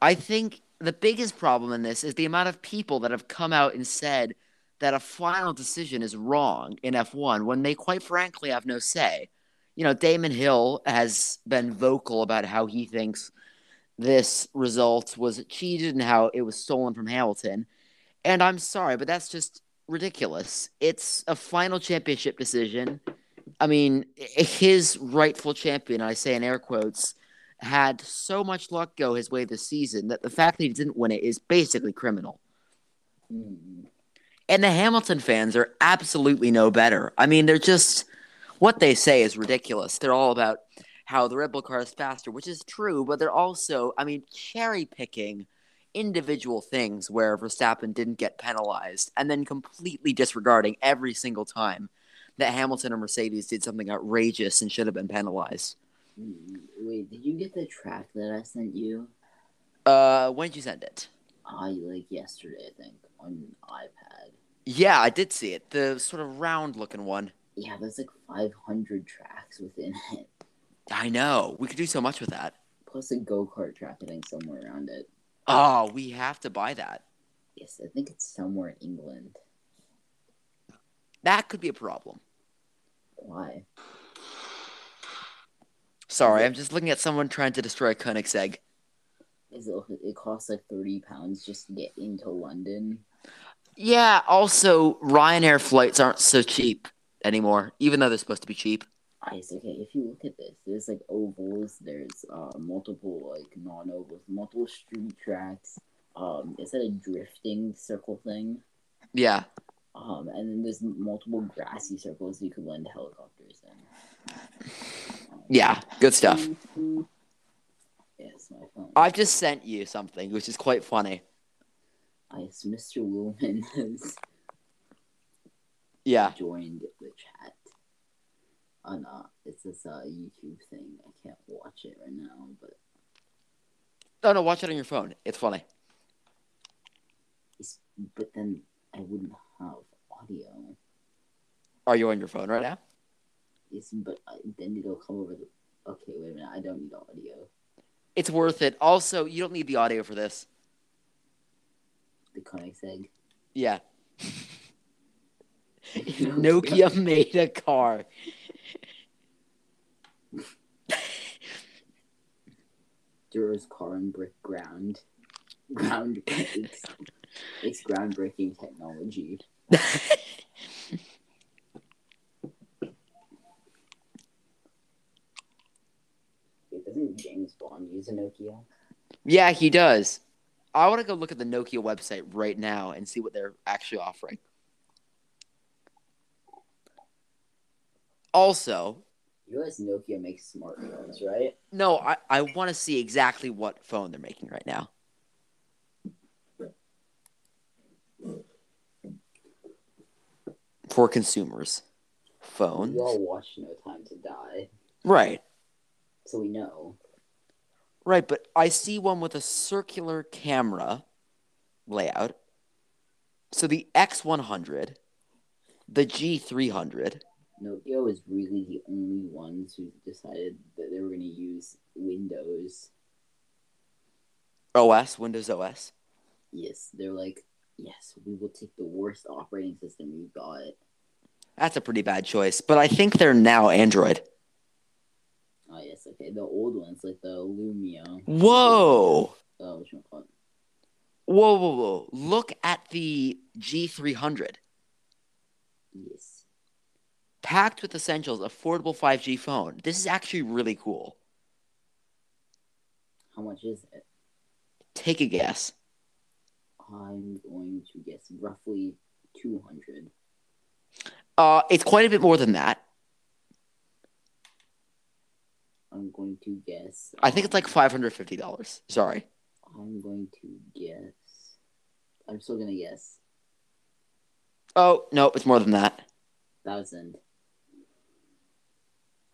Speaker 2: I think the biggest problem in this is the amount of people that have come out and said that a final decision is wrong in F1 when they quite frankly have no say. You know, Damon Hill has been vocal about how he thinks this result was cheated and how it was stolen from Hamilton. And I'm sorry, but that's just ridiculous. It's a final championship decision. I mean, his rightful champion, I say in air quotes, had so much luck go his way this season that the fact that he didn't win it is basically criminal.
Speaker 1: Mm.
Speaker 2: And the Hamilton fans are absolutely no better. I mean, they're just what they say is ridiculous. They're all about how the Red Bull car is faster, which is true, but they're also, I mean, cherry picking individual things where Verstappen didn't get penalized and then completely disregarding every single time that Hamilton or Mercedes did something outrageous and should have been penalized.
Speaker 1: Mm. Wait, did you get the track that I sent you?
Speaker 2: Uh, when did you send it?
Speaker 1: I like yesterday, I think, on an iPad.
Speaker 2: Yeah, I did see it. The sort of round looking one.
Speaker 1: Yeah, there's like 500 tracks within it,
Speaker 2: I know. We could do so much with that.
Speaker 1: plus a go kart track, I think, somewhere around it.
Speaker 2: Oh, we have to buy that.
Speaker 1: Yes, I think it's somewhere in England.
Speaker 2: That could be a problem.
Speaker 1: Why?
Speaker 2: Sorry, I'm just looking at someone trying to destroy a Koenigsegg.
Speaker 1: Is it, it costs like 30 pounds just to get into London?
Speaker 2: Yeah, also, Ryanair flights aren't so cheap anymore, even though they're supposed to be cheap.
Speaker 1: Ice, okay, if you look at this, there's like ovals, there's uh multiple like non ovals, multiple street tracks. Um, is that a drifting circle thing?
Speaker 2: Yeah.
Speaker 1: Um, and then there's multiple grassy circles you could land helicopters in.
Speaker 2: Yeah, good stuff.
Speaker 1: Yes, my phone.
Speaker 2: I've just sent you something, which is quite funny.
Speaker 1: Ice, Mr. [LAUGHS] Wilman has
Speaker 2: Yeah.
Speaker 1: joined the chat on uh, it's this uh YouTube thing. I can't watch it right now, but
Speaker 2: Oh, No, no, watch it on your phone. It's funny.
Speaker 1: it's, but then I wouldn't have audio.
Speaker 2: Are you on your phone right now?
Speaker 1: It's but uh, then it'll come over the. Okay, wait a minute. I don't need audio.
Speaker 2: It's worth it. Also, you don't need the audio for this.
Speaker 1: The Koenigsegg. [LAUGHS]
Speaker 2: Yeah. Nokia [LAUGHS] made a car.
Speaker 1: Duro's car and brick ground. Ground. It's, it's groundbreaking technology. Wait, doesn't James Bond use a Nokia?
Speaker 2: Yeah, he does. I want to go look at the Nokia website right now and see what they're actually offering. Also,
Speaker 1: You realize Nokia makes smartphones, right?
Speaker 2: no, I, I want to see exactly what phone they're making right now. For consumers, phones.
Speaker 1: We all watched No Time to Die,
Speaker 2: Right.
Speaker 1: so we know.
Speaker 2: Right, but I see one with a circular camera layout. So the X100, the G300.
Speaker 1: Nokia was really the only ones who decided that they were going to use Windows.
Speaker 2: OS, Windows OS.
Speaker 1: Yes, they're like, yes, we will take the worst operating system we've got.
Speaker 2: That's a pretty bad choice, but I think they're now Android.
Speaker 1: Oh yes, okay, the old ones like the Lumia.
Speaker 2: Whoa!
Speaker 1: Oh, which one? called-
Speaker 2: Whoa, whoa, whoa. Look at the G300.
Speaker 1: Yes,
Speaker 2: Packed with essentials, affordable 5G phone. This is actually really cool.
Speaker 1: how much is it?
Speaker 2: Take a guess.
Speaker 1: I'm going to guess roughly two hundred.
Speaker 2: Uh, it's quite a bit more than that.
Speaker 1: I'm going to guess.
Speaker 2: I think it's like
Speaker 1: um,
Speaker 2: $550. Sorry.
Speaker 1: I'm going to guess. I'm still gonna guess
Speaker 2: Oh, nope, it's more than that.
Speaker 1: thousand.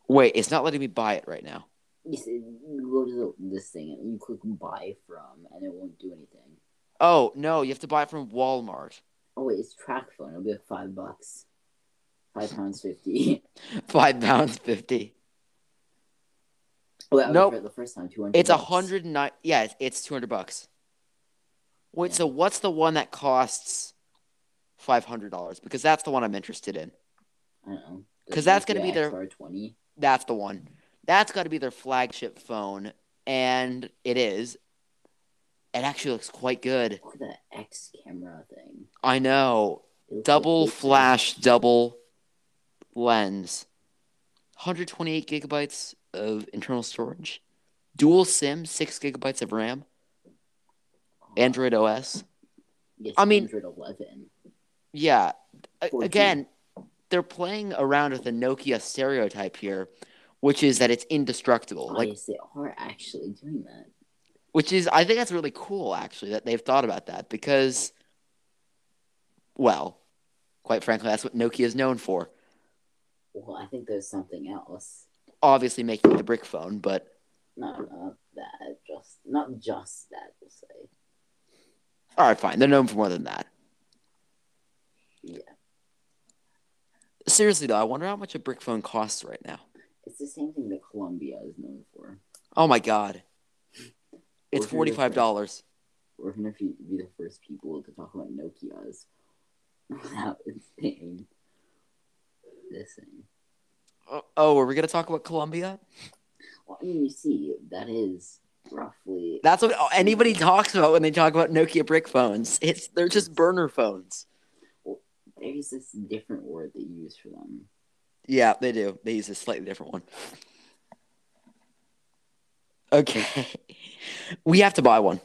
Speaker 2: Wait, it's not letting me buy it right now.
Speaker 1: Yes, it- you go to the, this thing and you click buy from, and it won't do anything.
Speaker 2: Oh, no, you have to buy it from Walmart. [LAUGHS]
Speaker 1: Oh wait, it's track phone. It'll be like five bucks, five pounds fifty. [LAUGHS]
Speaker 2: Five pounds fifty.
Speaker 1: oh, that was
Speaker 2: Nope.
Speaker 1: right the first time two hundred.
Speaker 2: It's a hundred and nine. Yeah, it's, it's two hundred bucks. Wait,
Speaker 1: Yeah.
Speaker 2: so what's the one that costs five hundred dollars? Because that's the one I'm interested in.
Speaker 1: I don't know.
Speaker 2: 'Cause that's gonna be their-
Speaker 1: XR twenty.
Speaker 2: That's the one. That's got to be their flagship phone, and it is. It actually looks quite good.
Speaker 1: Look at that X camera thing.
Speaker 2: I know.
Speaker 1: It looks
Speaker 2: Double
Speaker 1: like-
Speaker 2: flash, double lens, 128 gigabytes of internal storage, dual SIM, six gigabytes of RAM, Android OS.
Speaker 1: Yes,
Speaker 2: I mean-
Speaker 1: Android eleven.
Speaker 2: Yeah. A-
Speaker 1: 4G.
Speaker 2: Again, they're playing around with the Nokia stereotype here, which is that it's indestructible.
Speaker 1: Like,
Speaker 2: Like,
Speaker 1: yes, they are actually doing that.
Speaker 2: which is I think that's really cool actually that they've thought about that because, well, quite frankly, that's what Nokia is known for.
Speaker 1: Well, I think there's something else.
Speaker 2: Obviously, making the brick phone, but
Speaker 1: No, not that. Just not just that. We'll say.
Speaker 2: all right, fine. They're known for more than that.
Speaker 1: Yeah.
Speaker 2: Seriously though, I wonder how much a brick phone costs right now.
Speaker 1: It's the same thing that Colombia is known for.
Speaker 2: Oh my god, it's
Speaker 1: Or
Speaker 2: forty
Speaker 1: if you're
Speaker 2: five dollars.
Speaker 1: We're gonna be be the first people to talk about Nokia's [LAUGHS] without saying this thing.
Speaker 2: Oh, are we gonna talk about Colombia?
Speaker 1: Well, I mean, you see, that is roughly
Speaker 2: That's what anybody talks about when they talk about Nokia brick phones. It's they're just burner phones.
Speaker 1: there's this different word they use for them.
Speaker 2: Yeah, they do. They use a slightly different one. Okay. [LAUGHS] We have to buy one,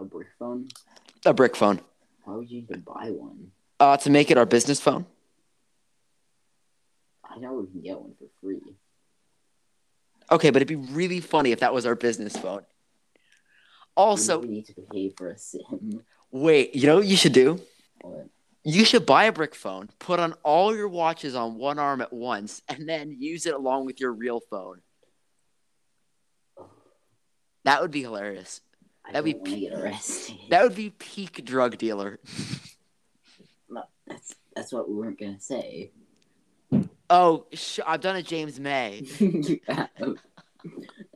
Speaker 1: A brick phone.
Speaker 2: a brick phone,
Speaker 1: Why would you even buy one?
Speaker 2: uh, to make it our business phone.
Speaker 1: I know we can get one for free.
Speaker 2: Okay, but it'd be really funny if that was our business phone. Also,
Speaker 1: we need to pay for a sim. [LAUGHS]
Speaker 2: wait, you know what you should do?
Speaker 1: But
Speaker 2: You should buy a brick phone, put on all your watches on one arm at once, and then use it along with your real phone. That would be hilarious.
Speaker 1: I
Speaker 2: That'd be
Speaker 1: don't want to get arrested.
Speaker 2: [LAUGHS] That would be peak drug dealer.
Speaker 1: that's that's what we weren't gonna
Speaker 2: [LAUGHS]
Speaker 1: say. [LAUGHS]
Speaker 2: Oh, sh- I've done a James May.
Speaker 1: and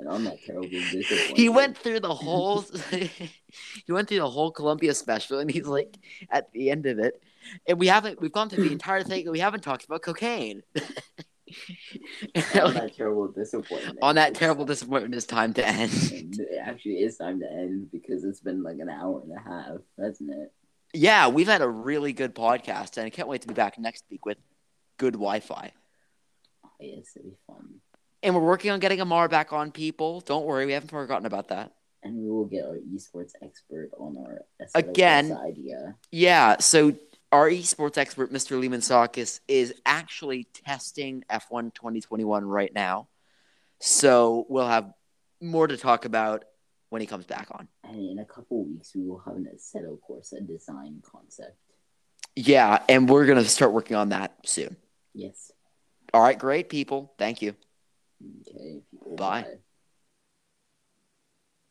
Speaker 1: on that terrible disappointment.
Speaker 2: he went through the whole [LAUGHS] he went through the whole Columbia special and he's like at the end of it and we haven't we've gone through the entire thing and we haven't talked about cocaine [LAUGHS]
Speaker 1: on that terrible disappointment.
Speaker 2: on that terrible disappointment it's time to end
Speaker 1: And it actually is time to end because it's been like an hour and a half, hasn't it?
Speaker 2: yeah we've had a really good podcast and I can't wait to be back next week with good Wi-Fi
Speaker 1: Oh, yes, it'll be fun.
Speaker 2: and we're working on getting Amar back on people don't worry we haven't forgotten about that
Speaker 1: And we will get our esports expert on our SOS
Speaker 2: Again.
Speaker 1: idea.
Speaker 2: Yeah, so our esports expert, Mr. Lehman Sakis, is actually testing F1 2021 right now. So we'll have more to talk about when he comes back on.
Speaker 1: And in a couple weeks, we will have an Aceto course, a design concept.
Speaker 2: Yeah, and we're going to start working on that soon.
Speaker 1: Yes.
Speaker 2: All right, great people. Thank you.
Speaker 1: Okay. people,
Speaker 2: Bye.
Speaker 1: bye.